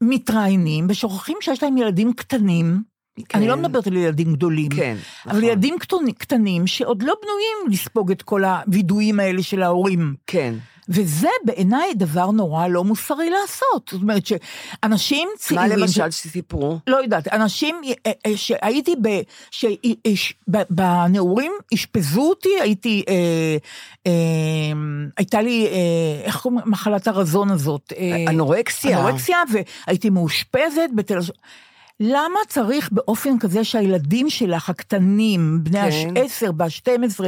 מתראיינים ושוכחים שיש להם ילדים קטנים. כן. אני לא מדברת על ילדים גדולים, כן, אבל נכון. ילדים קטוני- קטנים שעוד לא בנויים לספוג את כל הווידויים האלה של ההורים. כן. וזה בעיניי דבר נורא לא מוסרי לעשות. זאת אומרת שאנשים מה צעירים... למשל שסיפרו? לא יודעת, אנשים אה, אה, שהייתי ב... ש- איש- ב- בנעורים אשפזו אותי, הייתי... אה, אה, הייתה לי, אה, איך קוראים מחלת הרזון הזאת? אה, אנורקסיה. אנורקסיה, והייתי מאושפזת בתל אביב. למה צריך באופן כזה שהילדים שלך, הקטנים, בני כן. ה-10 וה-12,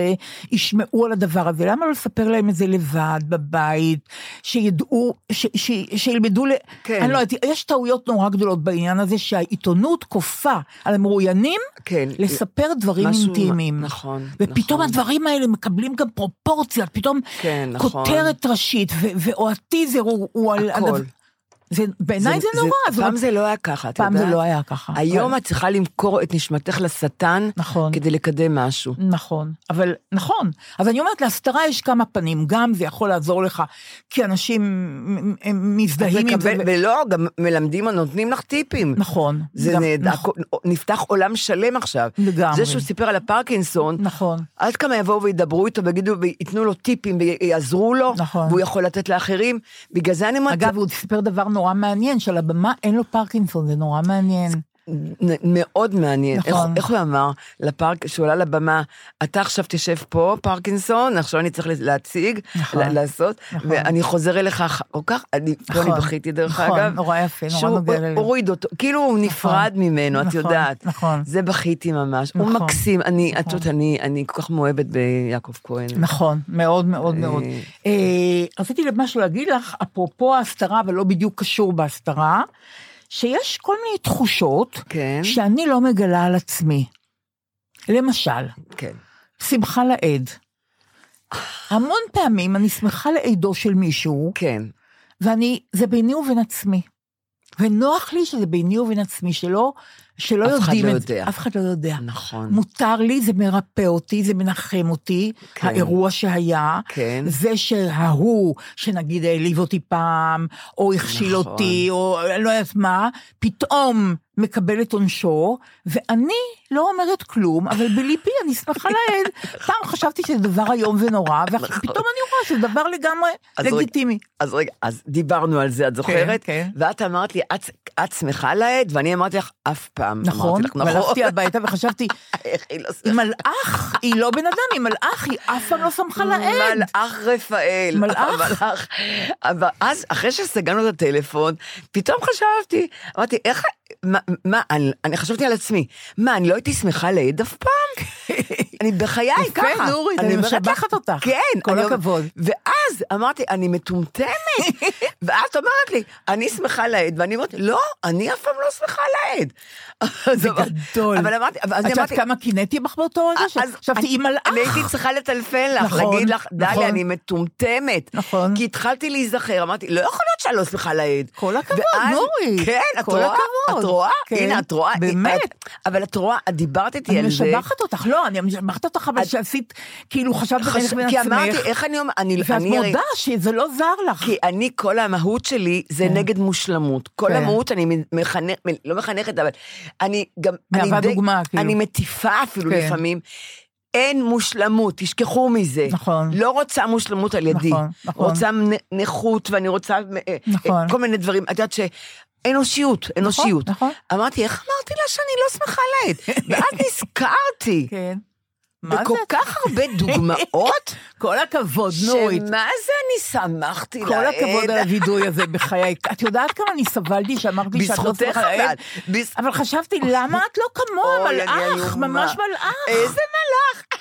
ישמעו על הדבר הזה? למה לא לספר להם את זה לבד, בבית, שידעו, ש- ש- שילמדו ל... כן. אני לא יודעת, יש טעויות נורא גדולות בעניין הזה שהעיתונות כופה על המרואיינים כן. לספר דברים משהו- אינטימיים. נכון, ופתאום נכון. הדברים האלה מקבלים גם פרופורציות, פתאום כן, נכון. כותרת ראשית, ו- או הטיזר הוא, הוא על... הכל. הדבר- זה, בעיניי זה, נורא. זאת פעם אומרת, זה לא היה ככה, את יודעת? פעם זה לא היה ככה. היום אבל- את צריכה למכור את נשמתך לשטן, נכון. כדי לקדם משהו. נכון, אבל נכון. אז אני אומרת, להסתרה יש כמה פנים, גם זה יכול לעזור לך, כי אנשים מ- מ- הם מזדהים עם זה. מקבל- ו- ולא, גם מלמדים, נותנים לך טיפים. נכון. זה גם- נהדר, נכון, הכל- נפתח עולם שלם עכשיו. לגמרי. זה שהוא סיפר על הפרקינסון, נכון. עד כמה יבואו וידברו איתו ויגידו, וייתנו לו טיפים ויעזרו לו, נכון. והוא יכול לתת לאחרים. בגלל זה אני אומרת, אגב, הוא סיפר דבר נורא מעניין, שעל הבמה אין לו פרקינסון, זה נורא מעניין. נ- מאוד מעניין. נכון. איך, איך הוא אמר לפארק, כשהוא עלה לבמה, אתה עכשיו תשב פה, פרקינסון, עכשיו אני צריך להציג, נכון. לה- לעשות, נכון. ואני חוזר אליך אח- כל כך, אני, פה אני נכון. בכיתי דרך נכון, אגב. נורא יפה, נורא שהוא נוגע ב- ללב. הוריד אותו, כאילו הוא נפרד ממנו, את נכון, יודעת. נכון. זה בכיתי ממש. הוא נכון, מקסים, אני, את נכון. יודעת, אני, אני כל כך מאוהבת ביעקב כהן. נכון, מאוד מאוד אה, מאוד. אה, רציתי משהו להגיד לך, אפרופו ההסתרה, אבל לא בדיוק קשור בהסתרה, שיש כל מיני תחושות כן. שאני לא מגלה על עצמי. למשל, כן. שמחה לאיד. המון פעמים אני שמחה לעידו של מישהו, כן. ואני, זה ביני ובין עצמי. ונוח לי שזה ביני ובין עצמי, שלא שלא אף אחד יודעים לא את זה. יודע. אף אחד לא יודע. נכון. מותר לי, זה מרפא אותי, זה מנחם אותי, כן. האירוע שהיה. כן. זה שההוא, שנגיד העליב אותי פעם, או הכשיל נכון. אותי, או אני לא יודעת מה, פתאום מקבל את עונשו, ואני לא אומרת כלום, אבל בליבי אני שמחה לאל. פעם חשבתי שזה דבר איום ונורא, ופתאום אני רואה שזה דבר לגמרי נכון. אז רגע, לגיטימי. אז רגע, אז דיברנו על זה, את זוכרת? כן. ואת אמרת לי, את, את שמחה לעד, ואני אמרתי לך, אף פעם. לא נכון, אמרתי לך, והלכתי הביתה וחשבתי, איך היא לא היא שמחה? מלאך, היא לא בן אדם, היא מלאך, היא אף פעם לא שמחה לעד. מלאך רפאל. מלאך. מלאך. אבל אז, אחרי שסגרנו את הטלפון, פתאום חשבתי, אמרתי, איך, מה, מה אני, אני חשבתי על עצמי, מה, אני לא הייתי שמחה לעד אף פעם? אני בחיי יפה, ככה. נורית, אני אומרת לך- משבחת אותך. כן. כל אני אומרת- הכבוד. ואז אמרתי, אני מטומטמת. ואת אומרת לי, אני שמחה לעד, ואני אומרת, לא, אני אף פעם לא שמחה לעד. זה גדול. אבל אמרתי, אבל אז את יודעת אמרתי, אה, כמה קינאתי בך באותו רגע? ש- אז חשבתי, אני- היא מלאך. אני הייתי צריכה לטלפן לך, אה, נכון, להגיד לך, נכון. דליה, אני מטומטמת. נכון. כי התחלתי להיזכר, אמרתי, לא יכול להיות שאני לא שמחה לעד. כל הכבוד, ואז- נורית. כן, את כל רואה? הכבוד. את רואה? כן, הנה, את רואה? באמת. את- אבל את רואה, את דיברת איתי אני על זה. משבחת אותך, לא, אני משבחת אותך, אבל שעשית, כאילו חשבת בינך חש- לבין כי אמרתי, עצמך, איך אני אומרת, אני... ואת אני הרי- מודה שזה לא זר לך. כי אני, כל המהות שלי זה נגד מושלמות. כל כן. המהות, אני מחנכת, לא מחנכת, אבל אני גם... אני מהווה די- דוגמה, כאילו. אני מטיפה אפילו כן. לפעמים. אין מושלמות, תשכחו מזה. נכון. לא רוצה מושלמות על ידי. נכון, נכון. רוצה נ- נכות, ואני רוצה אה, נכון. אה, כל מיני דברים. את יודעת ש... אנושיות, אנושיות. נכון. אמרתי, איך אמרתי לה שאני לא שמחה לעת? ואז נזכרתי. כן. מה בכל זה? כך הרבה דוגמאות, כל הכבוד, נורית. שמה זה אני שמחתי לעד. כל הכבוד על הווידוי הזה בחיי. את יודעת כמה אני סבלתי שאמרתי שאת לא בזכותך צריכה אבל. לעד? אבל חשבתי, למה את לא כמוה? אוי, אני מלאך, איומה. ממש מלאך. איזה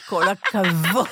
כל הכבוד,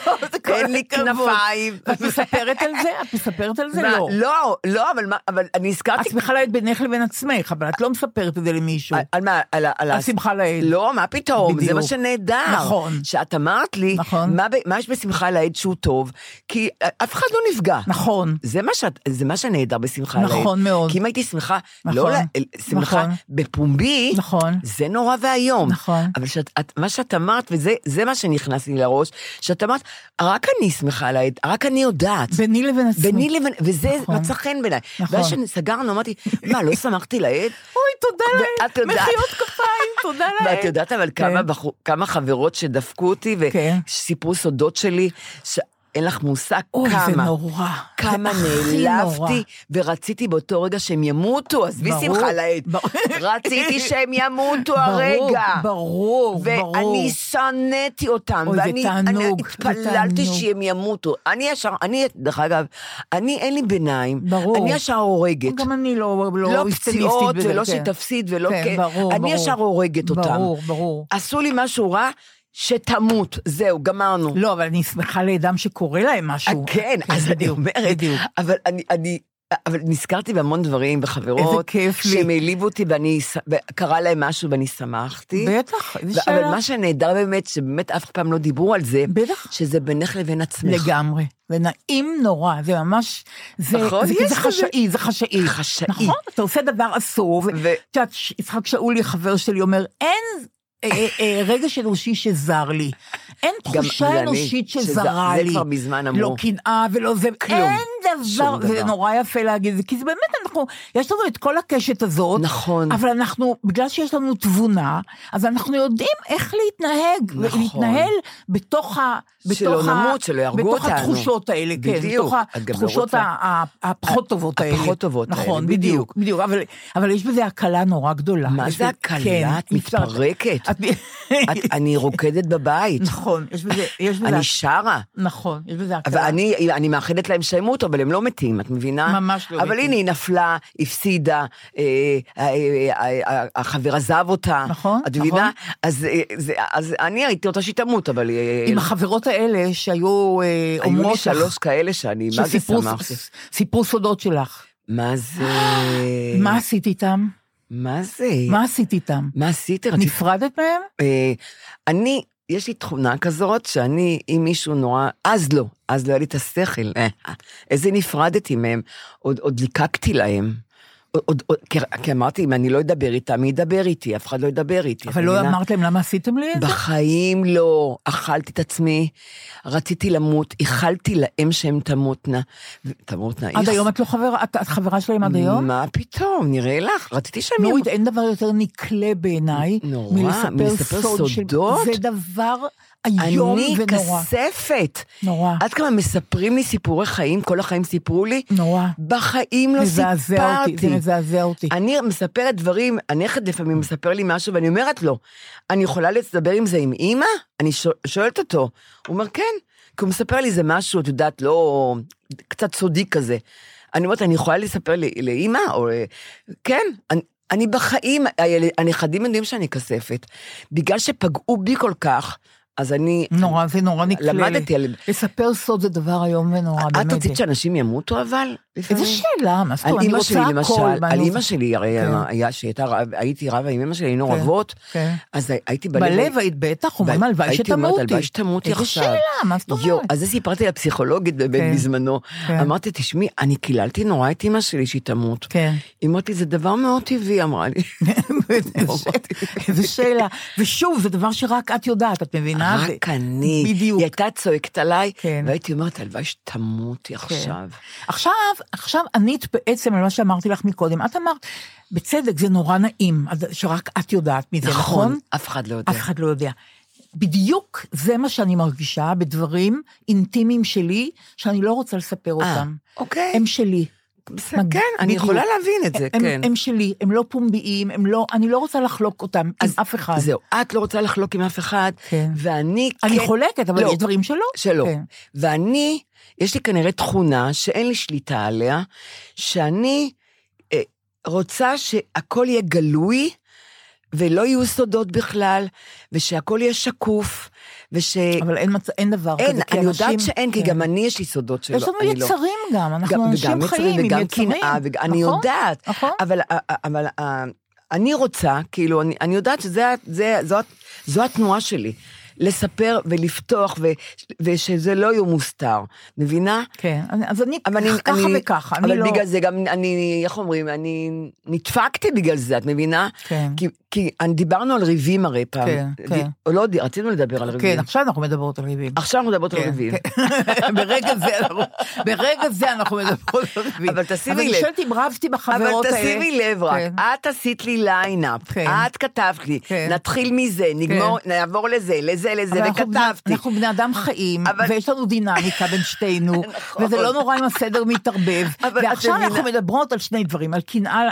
כל אין לי הכבוד. כנפיים. את מספרת על זה? את מספרת על זה? מה, לא. לא, לא, אבל מה, אבל אני הזכרתי... את בכלל היית בינך לבין עצמך, אבל את לא מספרת את זה למישהו. על- על מה, על ה... על ה- על שמחה לאיד. לא, מה פתאום, זה בדיוק. מה שנהדר. נכון. שאת אמרת לי, נכון. מה ב- מה יש בשמחה לעד שהוא טוב? כי אה, אף אחד לא נפגע. נכון. זה מה, שאת, זה מה שנהדר בשמחה לעד. נכון מאוד. כי אם הייתי שמחה, נכון. לא ל- שמחה נכון. בפומבי, נכון. זה נורא ואיום. נכון. אבל שאת, את, מה שאת אמרת, וזה זה מה שנכנס לי לראש, שאת אמרת, רק אני שמחה לעד, רק אני יודעת. ביני לבין עצמי. ביני לבין, וזה נכון. מצא חן בעיניי. נכון. ואז כשסגרנו, אמרתי, מה, לא שמחתי לעד? אוי, תודה לאל. ואת יודעת- מחיאות כפיים, תודה לאל. ואת יודעת אבל כמה, בחור, כמה חברות שדפקו אותי כן. וסיפרו סודות שלי, שאין לך מושג אוי, כמה. זה נורא. כמה זה הכי נורא. נעלבתי, ורציתי באותו רגע שהם ימותו, עזבי ברור, שמחה לעד. ברור. רציתי שהם ימותו ברור, הרגע. ברור, ברור. ואני שנאתי אותם, אוי, זה ואני תענוג, אני זה התפללתי תענוג. שהם ימותו. אני ישר, אני, דרך אגב, אני אין לי ביניים. ברור. אני ישר הורגת. גם אני לא לא איסטניסטית פציעות, בזה, ולא כן. שהיא תפסיד, ולא כן, כן. ברור, אני ברור. ישר הורגת אותם. ברור, ברור. עשו לי משהו רע, שתמות. זהו, גמרנו. לא, אבל אני שמחה לאדם שקורה להם משהו. כן, אז אני בדיוק, אומרת, בדיוק. אבל אני, אני, אבל נזכרתי בהמון דברים איזה בחברות, כיף לי. שהם העליבו אותי ואני, ס- וקרה להם משהו ואני שמחתי. בטח, איזה ו- אבל שאלה. מה שנהדר באמת, שבאמת אף פעם לא דיברו על זה, בטח. שזה בינך לבין עצמך. לגמרי, ונעים נורא, זה ממש, זה, נכון, זה, כי יש זה כזה. חשאי, זה חשאי. חשאי. נכון, אתה עושה דבר אסור, ו- ואת יודעת, ש- יצחק שאולי, חבר שלי, אומר, אין אה, אה, אה, רגש אנושי שזר לי, אין זה תחושה אני, אנושית שזה- שזרה זה לי. כבר מזמן אמרו. לא קנאה ולא זה, כלום, אין דבר, שום דבר. זה נורא יפה להגיד את זה, כי זה באמת, אנחנו, יש לנו את כל הקשת הזאת, נכון. אבל אנחנו, בגלל שיש לנו תבונה, אז אנחנו יודעים איך להתנהג, נכון. להתנהל בתוך ה... שלא בתוך ה- נמות, שלא יהרגו בתוך אותנו. התחושות האלה, כן. בדיוק, בתוך את גם לא התחושות רוצה. ה- ה- הפחות טובות האלה. הפחות טובות האלה, נכון, בדיוק. בדיוק. בדיוק, אבל- אבל יש בזה הקלה נורא גדולה. מה יש זה בזה- הקלה? כן, את אי אפשר- מתפרקת. את- את- אני רוקדת בבית, נכון, יש בזה... יש בזה- אני שרה. נכון, יש בזה הקלה. ואני אני מאחלת להם שימות, אבל הם לא מתים, את מבינה? ממש לא אבל מתים. הנה, היא נפלה, הפסידה, אה, אה, אה, אה, החבר עזב אותה. נכון, את מבינה? נכון. אז, אה, זה- אז אני הייתי אותה שהיא תמות, אבל... אה, עם החברות האלה שהיו אה, היו לי אומרות שלוש לך, כאלה שאני, מה זה שסיפרו שמחתי? סיפרו סודות שלך. מה זה? אה, מה עשית איתם? מה זה? מה עשית איתם? מה עשית? רצית- נפרדת מהם? אה, אני, יש לי תכונה כזאת שאני, אם מישהו נורא, אז לא, אז לא היה לי את השכל. אה, איזה נפרדתי מהם, עוד, עוד ליקקתי להם. עוד, עוד, כי, כי אמרתי, אם אני לא אדבר איתה, מי ידבר איתי? אף אחד לא ידבר איתי. אבל את לא מבינה? אמרת להם למה עשיתם לי את זה? בחיים לא. אכלתי את עצמי, רציתי למות, איחלתי להם שהם תמותנה. ו- תמותנה, עד איך- היום את לא חברה, את את חברה שלהם עד היום? מה פתאום, נראה לך, רציתי שהם ימותו. נורית, אין דבר יותר נקלה בעיניי נורא, מלספר מלספר סוד של... סודות? זה דבר איום אני ונורא. כספת. נורא. עד כמה מספרים לי סיפורי חיים, כל החיים סיפרו לי, נורא. בחיים לא מזעזע אותי, זה סיפרתי. מזעזע אותי. אני מספרת דברים, הנכד לפעמים מספר לי משהו ואני אומרת לו, אני יכולה לדבר עם זה עם אימא? אני שואל- שואלת אותו. הוא אומר, כן. כי הוא מספר לי איזה משהו, את יודעת, לא... קצת סודי כזה. אני אומרת, אני יכולה לספר לי- לאימא? או... אה, כן. אני, אני בחיים, היל- הנכדים יודעים שאני כספת. בגלל שפגעו בי כל כך, אז אני... נורא, זה נורא נקלה. לי. למדתי על... לספר סוד זה דבר איום ונורא, אה, באמת. את רצית שאנשים ימותו אבל? איזה לפעמים? שאלה, מה זאת על אומרת? אני אימא שלי רוצה למשל, הכל. מה על אני אימא רוצה- שלי, הרי כן. היה שהייתה, רב- הייתי רבה עם אימא שלי, היינו כן. רבות, כן. אז הייתי בלב, בלב היית בטח, אומרים ב- הלוואי הייתי אומרת, שתמותי. הלוואי שתמותי איזה עכשיו. שאלה, מה זאת יו, אומרת? אז זה סיפרתי לפסיכולוגית באמת כן. בזמנו. כן. אמרתי, תשמעי, אני קיללתי נורא את אימא שלי שהיא תמות. כן. היא אמרת לי, זה דבר מאוד טבעי, אמרה לי. איזה שאלה. ושוב, זה דבר שרק את יודעת, את מבינה? זה- רק אני. בדיוק. היא הייתה צועקת עליי, כן. והייתי אומרת, הלוואי שתמותי עכשיו. עכשיו, עכשיו ענית בעצם על מה שאמרתי לך מקודם. את אמרת, בצדק, זה נורא נעים, עד- שרק את יודעת מזה, נכון? אף אחד לא יודע. אף אחד לא יודע. בדיוק זה מה שאני מרגישה בדברים אינטימיים שלי, שאני לא רוצה לספר אה, אותם. אוקיי. הם שלי. בסדר, כן, אני בדיוק. יכולה להבין את זה, הם, כן. הם שלי, הם לא פומביים, הם לא, אני לא רוצה לחלוק אותם אז עם אף אחד. זהו, את לא רוצה לחלוק עם אף אחד, נכון. כן. ואני אני חולקת, אבל לא, יש דברים שלא. שלא. כן. ואני, יש לי כנראה תכונה שאין לי שליטה עליה, שאני אה, רוצה שהכל יהיה גלוי, ולא יהיו סודות בכלל, ושהכל יהיה שקוף, וש... אבל אין, מצ... אין דבר אין, כזה, כי אני יודעת אנשים- שאין, כי כן. גם אני יש לי סודות שלא, יש לנו אני לא. יצרים גם, אנחנו גם- אנשים וגם יצרים חיים עם וגם יצרים. קנאה, וג- אני נכון? יודעת. נכון. אבל, ה- ה- אבל ה- אני רוצה, כאילו, אני, אני יודעת שזה, ה- זה, זו, ה- זו התנועה שלי. לספר ולפתוח, ו, ושזה לא יהיה מוסתר, מבינה? כן, אני- אז אני אבל אני, ככה אני, וככה, אבל אני לא... בגלל זה גם אני, איך אומרים, אני נדפקתי בגלל זה, את מבינה? כן. כי, כי אני- דיברנו על ריבים הרי פעם. כן, כן. או לא, רצינו לדבר על ריבים. כן, עכשיו אנחנו מדברות על ריבים. עכשיו לא אנחנו מדברות על כן, ריבים. כן. ברגע זה אנחנו- ברגע זה אנחנו מדברות על לא ריבים. אבל תשימי אבל אני לב. שואלת אם רבתי אבל בחברות האלה. תשימי לב רק, כן. את עשית לי ליינאפ, כן. את כתבת לי, כן. נתחיל מזה, נגמור, נעבור לזה, לזה, לזה, אבל אנחנו בני- וכתבתי. אנחנו בני אדם חיים, אבל- ויש לנו דינמיקה בין שתינו, נכון. וזה לא נורא אם הסדר מתערבב. אבל את ועכשיו מבינה- אנחנו מדברות על שני דברים, על קנאה,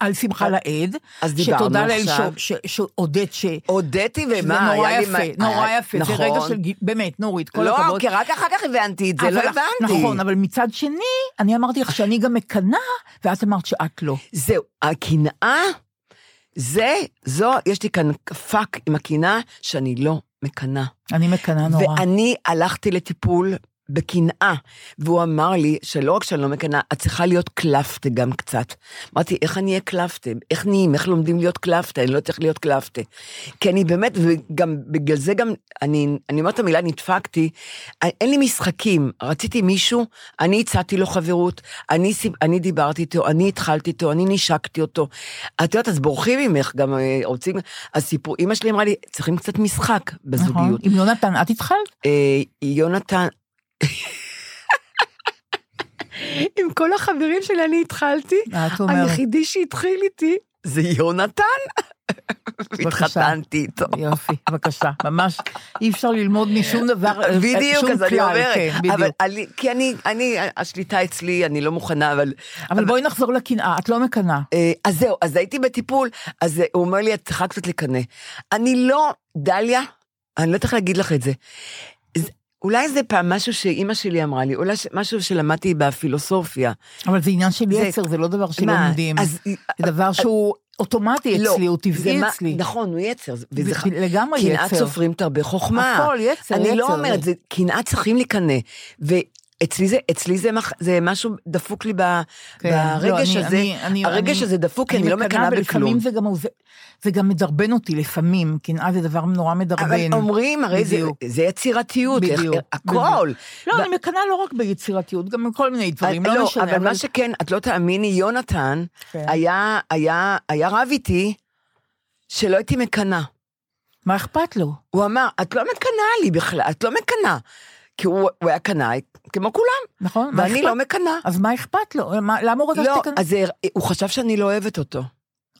על שמחה לאיד, אז דיברנו שתודה לאל עכשיו. ש- ש- שהודית ש... הודיתי שזה ומה, נורא היה לי... יפה, מה- נורא היה- יפה, זה נכון. רגע של, גיל- באמת, נורית, כל לא, הכבוד. כי רק אחר כך הבנתי את זה, לא אבל- הבנתי. נכון, אבל מצד שני, אני אמרתי לך שאני גם מקנאה, ואת אמרת שאת לא. זהו, הקנאה, זה, זו, יש לי כאן פאק עם הקנאה, שאני לא מקנאה. אני מקנאה נורא. ואני הלכתי לטיפול בקנאה, והוא אמר לי שלא רק שאני לא מקנאה, את צריכה להיות קלפטה גם קצת. אמרתי, איך אני אהיה קלפטה? איך נהיים? איך לומדים להיות קלפטה? אני לא צריך להיות קלפטה. כי אני באמת, וגם בגלל זה גם, אני, אני אומרת את המילה נדפקתי, אין לי משחקים. רציתי מישהו, אני הצעתי לו חברות, אני, סיב- אני דיברתי איתו, אני התחלתי איתו, אני נשקתי אותו. את יודעת, אז בורחים ממך, גם אה, רוצים, אז סיפור, אימא שלי אמרה לי, צריכים קצת משחק נכון. בזוגיות. עם יונתן, את התחלת? אה, יונתן... עם כל החברים שלי אני התחלתי, מה את אומרת? היחידי שהתחיל איתי זה יונתן. והתחתנתי איתו. יופי, בבקשה, ממש אי אפשר ללמוד משום דבר, אה, בדיוק, שום אז אני כלל, אומרת, כן, אבל בדיוק. אני, כי אני, אני, השליטה אצלי, אני לא מוכנה, אבל... אבל בואי נחזור לקנאה, את לא מקנאה. אה, אז זהו, אז הייתי בטיפול, אז אה, הוא אומר לי, את צריכה קצת לקנא. אני לא, דליה, אני לא צריכה להגיד לך את זה. זה- אולי זה פעם משהו שאימא שלי אמרה לי, אולי ש- משהו שלמדתי בפילוסופיה. אבל זה עניין של זה- יצר, זה לא דבר מה? שלומדים. אז- אה, זה דבר שהוא אוטומטי לא, אצלי, הוא זה טבעי מה- אצלי. נכון, הוא יצר, זה- וזה ו- ח- לגמרי יצר. קנאת סופרים תרבה חוכמה. הכל, יצר, אני יצר, לא אומרת, זה- זה- קנאה צריכים לקנא. ו- אצלי זה, אצלי זה, מח, זה משהו דפוק לי ב, כן. ברגש לא, אני- הזה, אני- אני- הרגש אני- הזה דפוק, כי אני לא מקנאה בכלום. ולפעמים זה גם, זה, זה גם מדרבן אותי, לפעמים, קנאה זה דבר נורא מדרבן. אבל אומרים, הרי זה, בדיוק. זה יצירתיות, איך- בדיוק, הכל. לא, ו- אני מקנאה לא רק ביצירתיות, גם בכל מיני דברים, לא, לא משנה. אבל מה שכן, את לא תאמיני, יונתן כן. היה, היה, היה רב איתי שלא הייתי מקנאה. מה אכפת לו? הוא אמר, את לא מקנאה לי בכלל, את לא מקנאה. כי הוא, הוא היה קנאי, כמו כולם, נכון? מה ואני אכפת- לא מקנאה. אז מה אכפת לו? מה- למה הוא רצה לא, שתקנא? אז זה- הוא חשב שאני לא אוהבת אותו.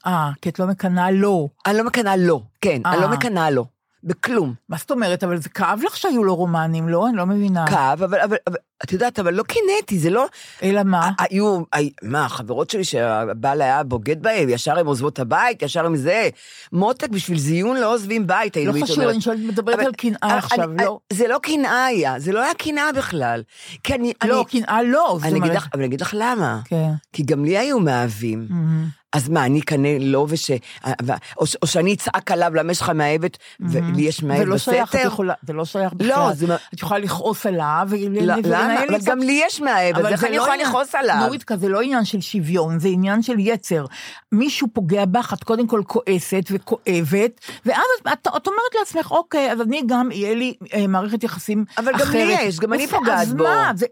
אה, כי את לא מקנאה לו. אני לא מקנאה לו, כן, אני לא אה. מקנאה לו, בכלום. מה זאת אומרת? אבל זה כאב לך שהיו לו רומנים, לא? אני לא מבינה. כאב, אבל, אבל, אבל את יודעת, אבל לא קינאתי, זה לא... אלא מה? היו, הי, מה, החברות שלי שהבעל היה בוגד בהן, ישר הן עוזבות את הבית, ישר עם זה. מותק, בשביל זיון לא עוזבים בית, לא היינו חשוב, אני שואלת, מדברת אבל- על קנאה אני- עכשיו, אני- לא. זה לא קנאה היה, זה לא היה קנאה בכלל. כי אני... לא, אני, קנאה לא, זאת אני אגיד אומרת. לך, אבל אני אגיד לך למה. כן. Mm. כי גם לי היו מאהבים. מהמם. אז מה, אני אקנא לו וש... אה, או, ש- או שאני אצעק עליו, למה יש לך מאהבת, ולי יש מאהבת זה לא בסתר? שייך, את יכולה, זה לא שייך בכלל. כן, לא, זה... מה- את יכולה לכעוס עליו, לא, ולנהל למה? אבל איתו גם לי יש מאהבת, אז איך זה אני לא יכולה עניין- לכעוס עליו? נורית, זה לא עניין של שוויון, זה עניין של יצר. מישהו פוגע בך, את קודם כל כועסת וכואבת, ואז את, את, את אומרת לעצמך, אוקיי, אז אני גם, יהיה לי אה, מערכת יחסים אבל גם לי אחרת." יש, גם אני בסדר, פוגעת אז בו. מה? זה...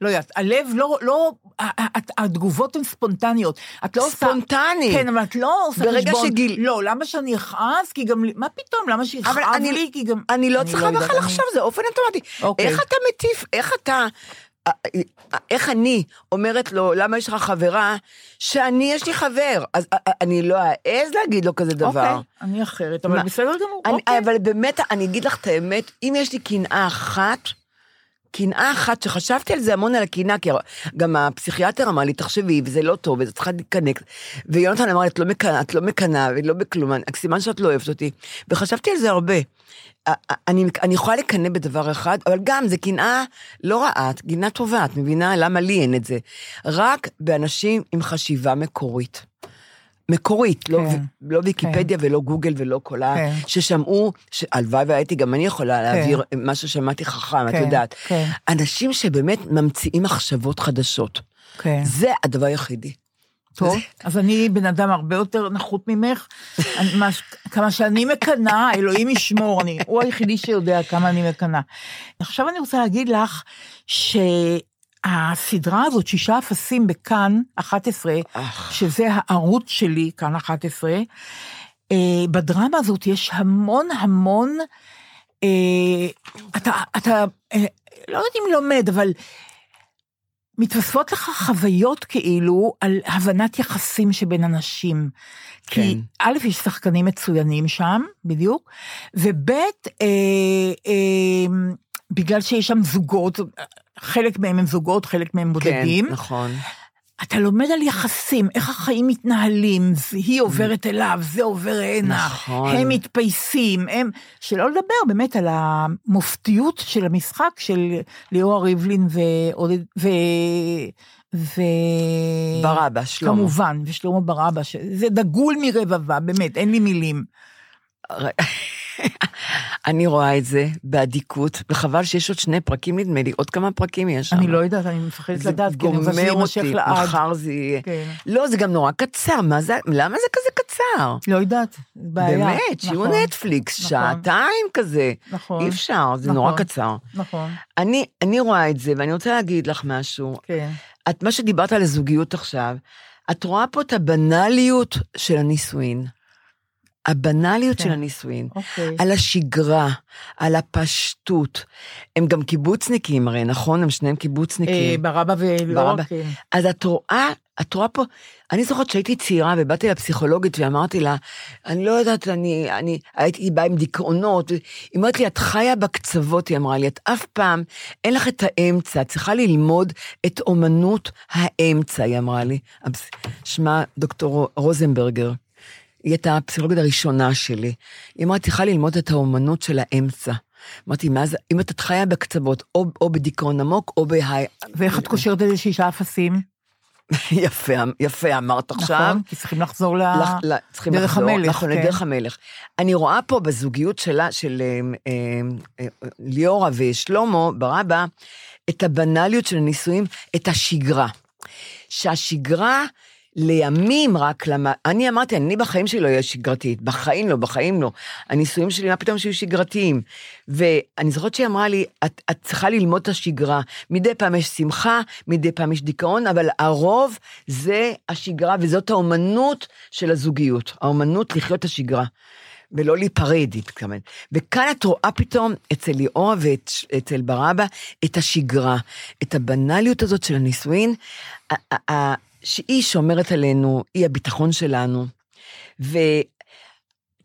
לא יודעת, הלב לא, לא, ה- ה- ה- התגובות הן ספונטניות. את לא עושה... ספונטני. כן, אבל את לא עושה ברגע חשבון. שגיל- לא, למה שאני אכעס? כי גם... לי- מה פתאום? למה אבל שיכאב אני- לי? כי גם... אני לא צריכה יודעת, בכלל אני- לחשוב, זה אופן אוטומטי. אוקיי. איך אתה מטיף, איך אתה... אה, איך אני אומרת לו, למה יש לך חברה, שאני יש לי חבר. אז א- א- אני לא אעז להגיד לו כזה דבר. אוקיי, אני אחרת, אבל מה- בסדר גמור. אני, אוקיי. אבל באמת, אני אגיד לך את האמת, אם יש לי קנאה אחת, קנאה אחת, שחשבתי על זה המון על הקנאה, כי גם הפסיכיאטר אמר לי, תחשבי, וזה לא טוב, וזה צריכה להתקנק. ויונתן אמר לי, את לא מקנאה, את לא מקנאה, ולא בכלום, אני- סימן שאת לא אוהבת אותי. וחשבתי על זה הרבה. א- א- אני, אני יכולה לקנא בדבר אחד, אבל גם זה קנאה לא רעה, קנאה טובה, את מבינה למה לי אין את זה? רק באנשים עם חשיבה מקורית. מקורית, לא, כן. לא ויקיפדיה ולא גוגל ולא כל ה... כן. ששמעו, ש- הלוואי והייתי, גם אני יכולה להעביר מה ששמעתי חכם, את כן, יודעת. כן. אנשים שבאמת ממציאים מחשבות חדשות. כן. זה הדבר היחידי. טוב, אז אני בן אדם הרבה יותר נחות ממך. אני, מה, ש- כמה שאני מקנאה, אלוהים ישמור, אני, הוא היחידי שיודע כמה אני מקנאה. עכשיו אני רוצה להגיד לך שהסדרה הזאת, שישה אפסים בכאן 11, אך. שזה הערוץ שלי, כאן 11, אה, בדרמה הזאת יש המון המון, אה, אתה, אתה אה, לא יודעת אם לומד, אבל מתווספות לך חוויות כאילו על הבנת יחסים שבין אנשים. כן. כי א', יש שחקנים מצוינים שם, בדיוק, וב', אה, אה, בגלל שיש שם זוגות, חלק מהם הם זוגות, חלק מהם בודדים. כן, נכון. אתה לומד על יחסים, איך החיים מתנהלים, זה- היא עוברת אליו, זה עובר הנה, Mm. נכון. הם מתפייסים, הם... שלא לדבר באמת על המופתיות של המשחק של ליאורה ריבלין ועודד... ו... ו... ברבא, שלמה. כמובן, ושלמה ברבא, ש- זה דגול מרבבה, באמת, אין לי מילים. אני רואה את זה באדיקות, וחבל שיש עוד שני פרקים, נדמה לי, עוד כמה פרקים יש שם. אני לא יודעת, אני מפחדת לדעת, כי אני רוצה שזה גומר יימשך אותי, לעד. מחר זה יהיה. כן. לא, זה גם נורא קצר, מה זה, למה זה כזה קצר? לא יודעת, בעיה. באמת, שיהיו נכון, נטפליקס, נכון. שעתיים כזה. נכון. אי אפשר, זה נכון. נורא קצר. נכון, אני, אני רואה את זה, ואני רוצה להגיד לך משהו. כן. את, מה שדיברת על הזוגיות עכשיו, את רואה פה את הבנאליות של הנישואין. הבנאליות כן. של הנישואין. אוקיי. על השגרה, על הפשטות. הם גם קיבוצניקים הרי, נכון? הם שניהם אה, קיבוצניקים. ברבא ולא ברבא. רק... כן. אז את רואה, את רואה פה, אני זוכרת שהייתי צעירה ובאתי לפסיכולוגית ואמרתי לה, אני לא יודעת, אני, אני, הייתי, היא באה עם דיכאונות, היא אומרת לי, את חיה בקצוות, היא אמרה לי, את אף פעם, אין לך את האמצע, את צריכה ללמוד את אומנות האמצע, היא אמרה לי. הבס- שמה דוקטור רוזנברגר. היא הייתה הפסיכולוגית הראשונה שלי. היא אמרה, את צריכה ללמוד את האומנות של האמצע. אמרתי, מה זה, אם את חיה בקצוות, או, או בדיכאון עמוק, או בהיי... ואיך את קושרת את זה שישה אפסים? יפה, יפה אמרת עכשיו. נכון, כי צריכים לחזור ל... לח, ל צריכים דרך לחזור, המלך, נכון, כן. לדרך המלך. אני רואה פה בזוגיות שלה, של אה, אה, אה, ליאורה ושלמה ברבא, את הבנאליות של הנישואים, את השגרה. שהשגרה לימים רק למה... אני אמרתי, אני בחיים שלי לא אהיה שגרתית, בחיים לא, בחיים לא. הנישואים שלי, מה פתאום שיהיו שגרתיים? ואני זוכרת שהיא אמרה לי, את, את צריכה ללמוד את השגרה. מדי פעם יש שמחה, מדי פעם יש דיכאון, אבל הרוב זה השגרה, וזאת האומנות של הזוגיות, האומנות לחיות את השגרה. ולא להיפרד, היא מתכוונת. וכאן את רואה פתאום אצל ליאורה ואצל ברבא את השגרה, את הבנאליות הזאת של הנישואין, ה- ה- ה- שהיא שומרת עלינו, היא הביטחון שלנו.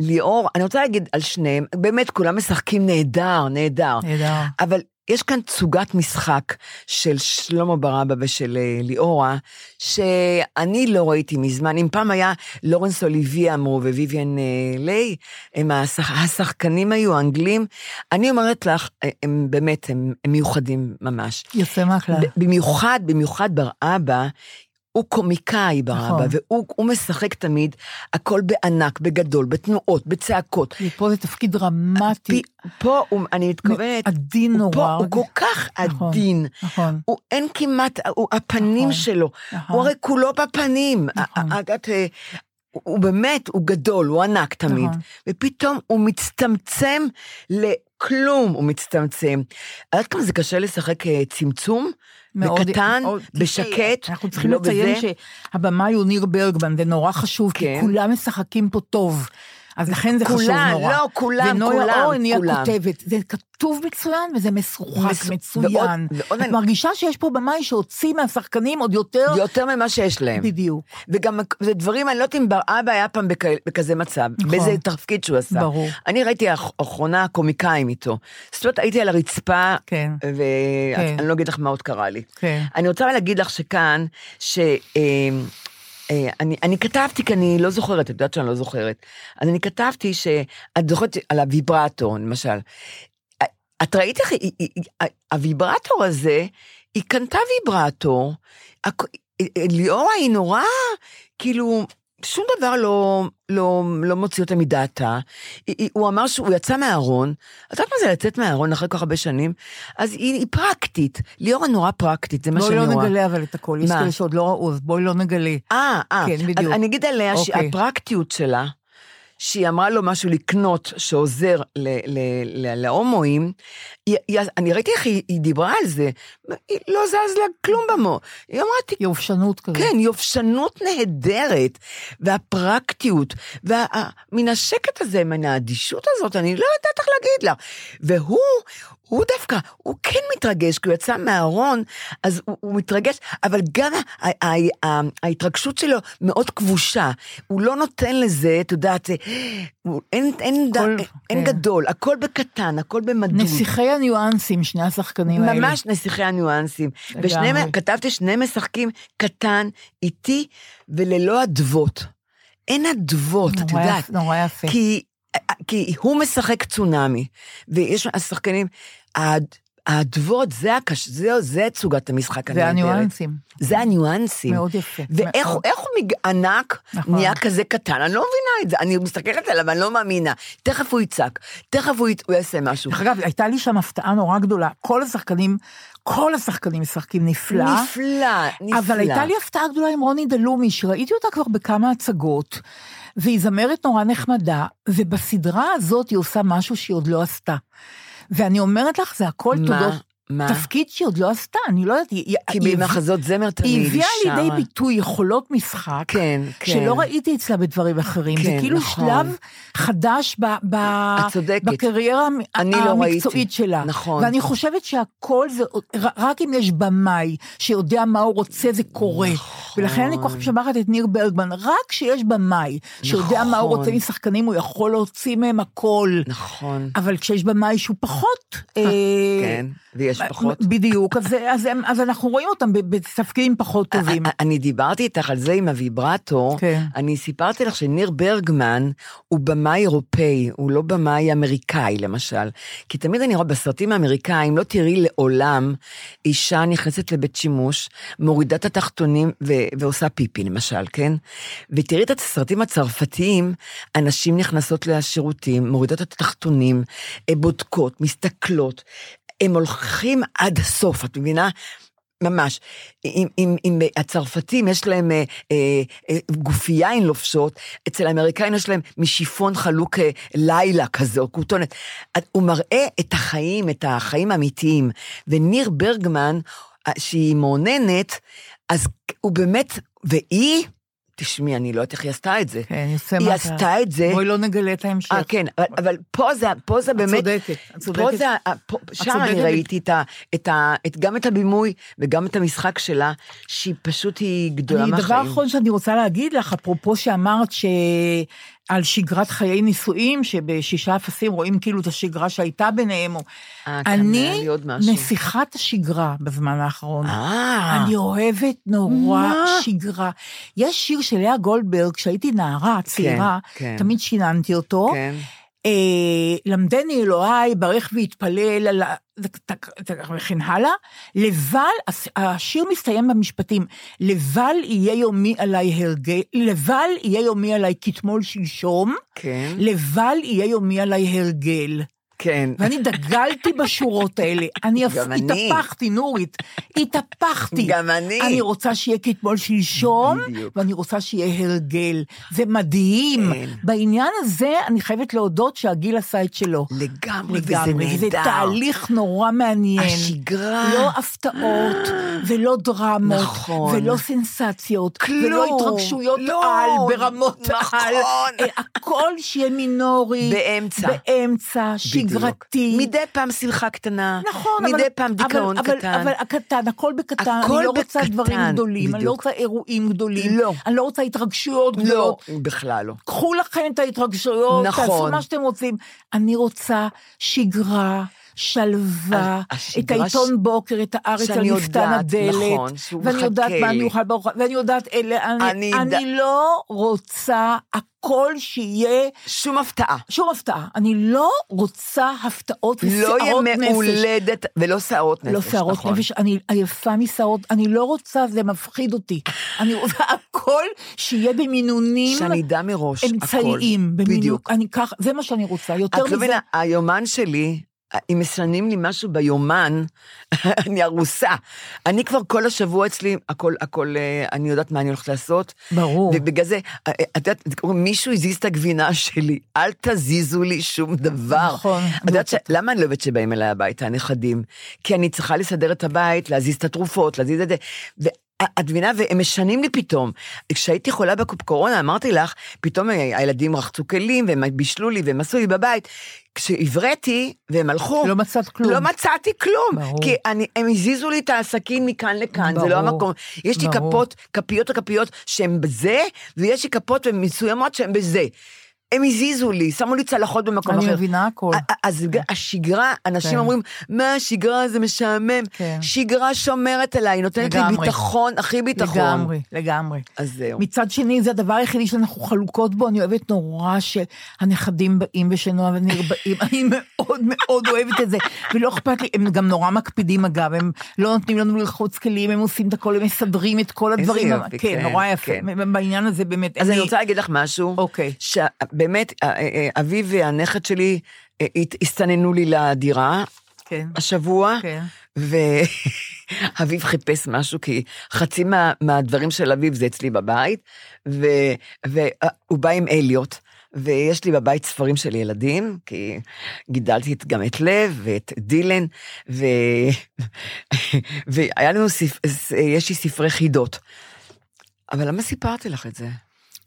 וליאור, אני רוצה להגיד על שניהם, באמת כולם משחקים נהדר, נהדר. נהדר. אבל יש כאן תצוגת משחק של שלמה ברבא ושל אה, ליאורה, שאני לא ראיתי מזמן. אם פעם היה לורנס אוליביה אמרו וויביאן אה, ליי, הם השח... השחקנים היו האנגלים, אני אומרת לך, אה, הם באמת, הם, הם מיוחדים ממש. יוצא מהכלל. ב- במיוחד, במיוחד בר אבא, הוא קומיקאי בר נכון. אבא, והוא הוא משחק תמיד הכל בענק, בגדול, בתנועות, בצעקות. פה זה תפקיד דרמטי, פי- פה, הוא, אני מתכוונת, עדין הוא פה, נורא. הוא כל כך נכון. עדין. נכון, הוא אין כמעט, הוא הפנים נכון. שלו, הוא נכון. הרי כולו בפנים. נכון. ה- ה- את, אה, הוא- הוא באמת, הוא גדול, הוא ענק תמיד. נכון. ופתאום הוא מצטמצם לכלום, הוא מצטמצם. את יודעת כמה זה קשה לשחק אה, צמצום? מאוד- בקטן, מאוד- בשקט, אנחנו צריכים לא לציין בזה. שהבמאי הוא ניר ברגמן, זה נורא חשוב, כי כן. כולם משחקים פה טוב. אז לכן זה חשוב כולם, נורא. לא, כולם, כולם, ונויה אורן היא כולם. הכותבת. זה כתוב מצוין וזה משוחק מס- מצוין. ועוד- ועוד את אני- מרגישה שיש פה במאי שהוציא מהשחקנים עוד יותר, יותר ממה שיש להם. בדיוק, וגם זה דברים, אני לא יודעת אם בר אבא היה פעם בכ- בכזה מצב, נכון. באיזה תפקיד שהוא עשה. ברור. אני ראיתי האח- האחרונה קומיקאים איתו. זאת אומרת, הייתי על הרצפה, כן. כן. ואני לא אגיד לך מה עוד קרה לי. כן. אני רוצה להגיד לך שכאן, ש... אה, אה, אני, אני כתבתי, כי אני לא זוכרת, את יודעת שאני לא זוכרת. אז אני כתבתי שאת זוכרת על הוויברטור, למשל. אה, את ראית איך היא- היא- היא- הוויברטור הזה, היא קנתה ויברטור, הכ- אה, ליאורה היא נורא, כאילו, שום דבר לא, לא, לא מוציא אותה מדעתה. היא- היא- הוא אמר שהוא יצא מהארון, את יודעת מה זה לצאת מהארון אחרי כל כך הרבה שנים? אז היא, היא פרקטית, ליאורה נורא פרקטית, זה מה בואי שאני לא רואה. נגלה אבל את הכל, יש מה? כאלה שעוד לא ראו, אז בואי לא נגלה. אה, אה. כן, בדיוק. אז אני אגיד עליה אוקיי. שהפרקטיות שלה, שהיא אמרה לו משהו לקנות שעוזר ל- ל- ל- להומואים, היא- היא- אני ראיתי איך היא היא דיברה על זה, היא לא זז לה כלום במו. היא אמרה, "ת- יובשנות כזאת. כן, יובשנות נהדרת, והפרקטיות, ומן השקט הזה, מן האדישות הזאת, אני לא יודעת איך להגיד לה. והוא, הוא דווקא, הוא כן מתרגש, כי הוא יצא מהארון, אז הוא, הוא מתרגש, אבל גם ה, ה, ה, ה, ההתרגשות שלו מאוד כבושה. הוא לא נותן לזה, את יודעת, אה, הוא- אין, אין, הכל- ד, אין כן. גדול, הכל בקטן, הכל במדוד. נסיכי הניואנסים, שני השחקנים האלה. ממש נסיכי הניואנסים. לגמרי. ושניהם, כתבתי שניהם משחקים קטן, איטי וללא אדוות. אין אדוות, את נורא יודעת. יפ- נורא יפה. כי, כי הוא משחק צונאמי, ויש השחקנים, האד- האדוות, זה הקש... זה, זה תצוגת המשחק זה הנהדרת. הניואנסים. זה הניואנסים. מאוד יפה. ואיך מאוד. איך הוא מג... ענק נכון. נהיה כזה קטן, אני לא מבינה את זה, אני מסתכלת עליו, אני לא מאמינה. תכף הוא יצעק, תכף הוא, י... הוא יעשה משהו. דרך אגב, הייתה לי שם הפתעה נורא גדולה. כל השחקנים, כל השחקנים משחקים נפלא. נפלא, נפלא. אבל הייתה לי הפתעה גדולה עם רוני דלומי, שראיתי אותה כבר בכמה הצגות, והיא זמרת נורא נחמדה, ובסדרה הזאת היא עושה משהו שהיא עוד לא עשתה. ואני אומרת לך, זה הכל מה? תודות, מה? תפקיד שהיא עוד לא עשתה, אני לא יודעת, היא... כי היא- במחזות זמר תמיד היא הביאה שרה. לידי ביטוי יכולות משחק, כן, כן. שלא ראיתי אצלה בדברים אחרים. זה כן, כאילו נכון. שלב חדש ב, ב, את צודקת. בקריירה המ- אני לא המקצועית ראיתי. שלה. נכון. ואני חושבת שהכל זה, ר- רק אם יש במאי שיודע מה הוא רוצה, זה קורה. נכון. ולכן אני כל כך משבחת את ניר ברגמן, רק כשיש במאי שיודע מה הוא נכון. רוצה משחקנים, הוא יכול להוציא מהם הכל. נכון. אבל כשיש במאי שהוא פחות... אה, כן. ויש פחות. בדיוק, אז, אז, הם, אז אנחנו רואים אותם ב- בתפקידים פחות טובים. א- א- אני דיברתי איתך על זה עם הוויברטור. כן. אני סיפרתי לך שניר ברגמן הוא במאי אירופאי, הוא לא במאי אמריקאי למשל. כי תמיד אני רואה בסרטים האמריקאים, לא תראי לעולם אישה נכנסת לבית שימוש, מורידה את התחתונים ו- ועושה פיפי למשל, כן? ותראי את הסרטים הצרפתיים, הנשים נכנסות לשירותים, מורידות את התחתונים, אה, בודקות, מסתכלות. הם הולכים עד הסוף, את מבינה? ממש. אם, אם, אם הצרפתים יש להם אה, אה, אה, גופייה עם לובשות, אצל האמריקאים יש להם משיפון חלוק אה, לילה כזה, או כותונת. את- הוא מראה את החיים, את החיים האמיתיים. וניר ברגמן, אה, שהיא מאוננת, אז הוא באמת, והיא, תשמעי, אני לא יודעת איך היא עשתה את זה. כן, יפה היא מה עשתה את זה. בואי לא נגלה את ההמשך. אה, כן, אבל- אבל פה זה, פה זה את באמת... צודקת, את צודקת. פה זה, ה- ה- פה, שם צודקת. אני ראיתי את ה, את ה, את, גם את הבימוי וגם את המשחק שלה, שהיא פשוט היא גדולה אני, מהחיים. דבר אחרון שאני רוצה להגיד לך, אפרופו שאמרת שעל שגרת חיי נישואים, שבשישה אפסים רואים כאילו את השגרה שהייתה ביניהם, או... אה, כן, היה אני לי עוד משהו. נסיכת השגרה בזמן האחרון. אה, אני אוהבת נורא מה? שגרה. יש שיר של לאה גולדברג, כשהייתי נערה צעירה, כן. תמיד שיננתי אותו. כן. אה, למדני אלוהי, ברך והתפלל, על ה- ת- ת- ת- וכן הלאה. לבל, הס- השיר מסתיים במשפטים, לבל יהיה יומי עליי הרגל, לבל יהיה יומי עליי כתמול שלשום, כן, לא- לבל יהיה יומי עליי הרגל. כן. ואני דגלתי בשורות האלה. אני אפ- גם אני. התהפכתי, נורית, התהפכתי. גם אני. אני רוצה שיהיה כתמול שלשום, בדיוק. ואני רוצה שיהיה הרגל. זה מדהים. כן. בעניין הזה, אני חייבת להודות שהגיל עשה את שלו. לגמרי, לגמרי, וזה וזה נהדר. תהליך נורא מעניין. השגרה. לא הפתעות, ולא דרמות, נכון. ולא סנסציות, כלום. ולא התרגשויות לא. על ברמות נכון. על. אה, הכל שיהיה מינורי. באמצע. באמצע, בדיוק. שגרתי. מדי פעם שמחה קטנה. נכון, מדי אבל... פעם דיכאון אבל, קטן. אבל, אבל הקטן, הכל בקטן. הכל אני לא רוצה בקטן, דברים גדולים, אני לא בדיוק. רוצה אירועים גדולים. לא. אני לא רוצה התרגשויות לא, גדולות. בכלל לא. קחו לכם את ההתרגשויות, נכון. תעשו מה שאתם רוצים. אני רוצה שגרה, שלווה, ה- השגרה את העיתון ש- בוקר, את הארץ על שאני מפתן יודעת, הדלת, נכון, שהוא ואני מחכה יודעת מה לי. אני אוכל בארוחה, ואני יודעת אלה, אני, אני אני, יודע- לא רוצה הכל שיהיה שום הפתעה. שום הפתעה. אני לא רוצה הפתעות לא ושערות יהיה נפש. מהולדת, ולא שערות נפש, לא שערות נכון. נפש, אני עייפה משערות, אני לא רוצה, זה מפחיד אותי. אני רוצה הכל שיהיה במינונים שאני אדע מראש, הכל. אמצעיים. במינון- בדיוק. אני ככה, זה מה שאני רוצה, יותר את לא מזה. מבינה, היומן שלי, אה, אם משנים לי משהו ביומן, אני ארוסה. אני כבר כל השבוע אצלי, הכל, הכל, אה, אני יודעת מה אני הולכת לעשות. ברור. ובגלל זה, אה, אה, את יודעת, זה כמו, מישהו הזיז את הגבינה שלי, אל תזיזו לי שום דבר. נכון. את יודעת, ש- למה אני לא אוהבת שבאים אליי הביתה, הנכדים? כי אני צריכה לסדר את הבית, להזיז את התרופות, להזיז את זה. ו... אה, את מבינה, והם משנים לי פתאום. כשהייתי חולה בקורונה, אמרתי לך, פתאום ה- הילדים רחצו כלים, והם בישלו לי, והם עשו לי בבית. כשעבריתי, והם הלכו. לא מצאת כלום. לא מצאתי כלום. ברור. כי אני, הם הזיזו לי את הסכין מכאן לכאן, זה לא ברור. המקום. יש לי ברור. כפות, כפיות וכפיות שהן בזה, ויש לי כפות מסוימות שהן בזה. הם הזיזו לי, שמו לי צלחות במקום אני אחר. מבינה הכל. א- א- אז ג- השגרה, אנשים כן. אומרים, מה השגרה זה משעמם. כן. שגרה שומרת עליי, היא נותנת לי לגמרי. ביטחון, הכי ביטחון. לגמרי, לגמרי. אז זהו. מצד שני, זה הדבר היחידי שאנחנו חלוקות בו, אני אוהבת נורא שהנכדים באים ושנועה וניר באים, אני מאוד מאוד אוהבת את זה, ולא אכפת לי, הם גם נורא מקפידים אגב, הם לא נותנים לנו ללחוץ כלים, הם עושים את הכל, הם מסדרים את כל הדברים. כן, יופי, כן, נורא יפה, כן. בעניין הזה באמת. אז אני רוצה להגיד לך משהו. אוקיי. שבאמת, אה, אה, אה, אבי והנכד שלי אה, הת- הסתננו לי לדירה כן. אה, השבוע. כן. ואביב חיפש משהו, כי חצי מה, מהדברים של אביב זה אצלי בבית, ו, והוא בא עם אליוט, ויש לי בבית ספרים של ילדים, כי גידלתי את- גם את לב ואת דילן, ו, והיה לנו, ספ, ס- יש לי ספרי חידות. אבל למה סיפרתי לך את זה?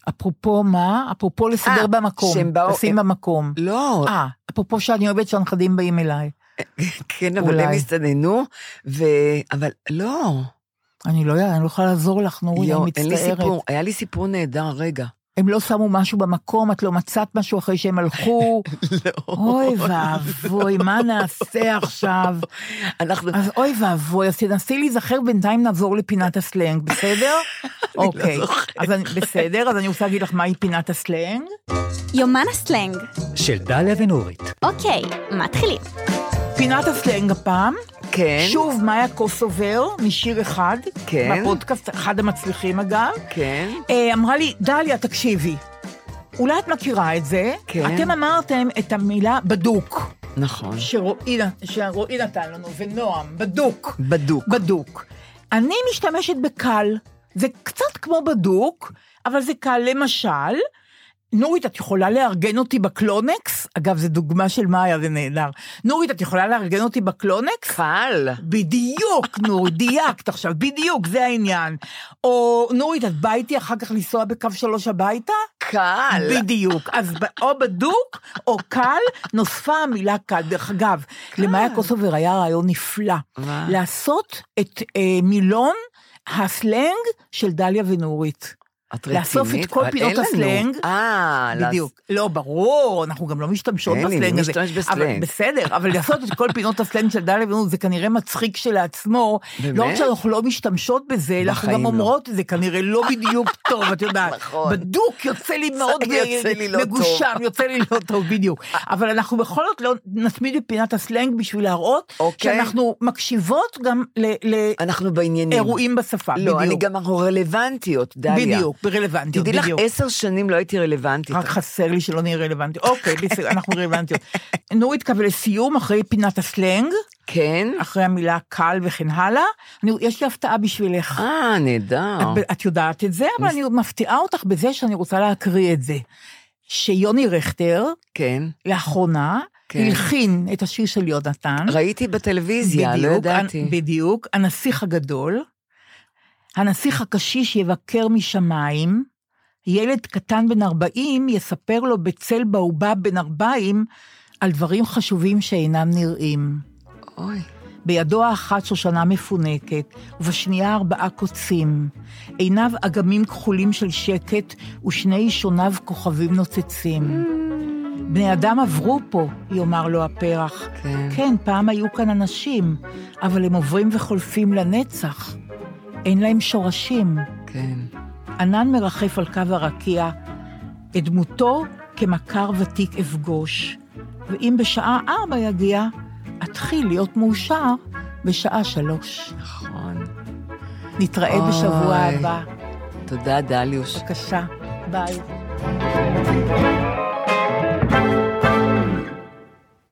אפרופו מה? אפרופו לסדר אה, במקום, שהם באו- לשים הם- במקום. לא, אה, אפרופו שאני אוהבת שהנכדים באים אליי. כן, אבל הם אולי. הסתננו, ו... אבל לא, אני לא יודעת, אני לא יכולה לעזור לך, נורית, אני יו, מצטערת. אין לי סיפור, היה לי סיפור נהדר, רגע. הם לא שמו משהו במקום, את לא מצאת משהו אחרי שהם הלכו. לא. אוי ואבוי, מה נעשה עכשיו? אנחנו, אז אוי ואבוי, אז תנסי להיזכר, בינתיים נעבור לפינת הסלנג, בסדר? לא אוקיי. אז אני- בסדר, אז אני רוצה להגיד לך מהי פינת הסלנג. יומן הסלנג. של דליה ונורית. אוקיי, מתחילים. פינת הסלנג הפעם. כן, שוב, מאיה קוסובר, משיר אחד. כן. בפודקאסט, אחד המצליחים אגב. כן, אה, אמרה לי, דליה, תקשיבי, אולי את מכירה את זה? כן. אתם אמרתם את המילה בדוק, נכון. שרועי, שרועי נתן לנו, ונועם, בדוק. בדוק. בדוק. אני משתמשת בקל, זה קצת כמו בדוק, אבל זה קל. למשל, נורית, את יכולה לארגן אותי בקלונקס? אגב, זו דוגמה של מאיה, זה נהדר. נורית, את יכולה לארגן אותי בקלונקס? קל. בדיוק, נורית, דייקת עכשיו, בדיוק, זה העניין. או, נורית, את באה איתי אחר כך לנסוע בקו שלוש הביתה? קל. בדיוק. אז ב- או בדוק או קל, נוספה המילה קל. דרך אגב, למאיה קוסובר היה רעיון נפלא. מה? לעשות את אה, מילון הסלנג של דליה ונורית. את לאסוף רצינית? את כל אבל פינות אין לנו. הסלנג. אה, לאס- בדיוק. לא, ברור, אנחנו גם לא משתמשות אין לי, בסלנג הזה. מי כן, משתמש בסלנג? אבל בסדר, אבל לעשות את כל פינות הסלנג של דליה ונורית, זה כנראה מצחיק כשלעצמו. לא רק באמת? שאנחנו לא משתמשות בזה, אנחנו בחיים גם לא. אומרות, זה כנראה לא בדיוק טוב, את יודעת. נכון. בדוק, יוצא לי מאוד יוצא לי לא מגושם, טוב. יוצא לי לא טוב, בדיוק. אבל אנחנו בכל זאת לא נצמיד את פינת הסלנג בשביל להראות אוקיי. שאנחנו מקשיבות גם ל- ל- אנחנו בעניינים. אירועים בשפה, לא, בדיוק. אני גם, אנחנו רלוונטיות, דליה. בדיוק, ברלוונטיות, תדעי לך, בדיוק. עשר שנים לא הייתי רלוונטית. רק חסר לי שלא נהיה רלוונטי. אוקיי, בסדר, אנחנו רלוונטיות. נורית קבל לסיום, אחרי פינת הסלנג, כן? אחרי המילה קל וכן הלאה, אני, יש לי הפתעה בשבילך. אה, נהדר. את, את יודעת את זה, אבל אני מפתיעה אותך בזה שאני רוצה להקריא את זה. שיוני רכטר, כן. לאחרונה, כן. הלחין את השיר של יונתן. ראיתי בטלוויזיה, לא בדיוק, ידעתי. בדיוק, הנסיך הגדול, הנסיך הקשיש יבקר משמיים, ילד קטן בן 40 יספר לו בצל באובב בן 40 על דברים חשובים שאינם נראים. אוי, בידו האחת שושנה מפונקת, ובשנייה ארבעה קוצים. עיניו אגמים כחולים של שקט, ושני שוניו כוכבים נוצצים. בני אדם עברו פה, יאמר לו הפרח. כן. כן, פעם היו כאן אנשים, אבל הם עוברים וחולפים לנצח. אין להם שורשים. כן. ענן מרחף על קו הרקיע, את דמותו כמכר ותיק אפגוש, ואם בשעה ארבע יגיע, אתחיל להיות מאושר בשעה שלוש. נכון. נתראה אוי. בשבוע הבא. תודה, דליוש. בבקשה, ביי.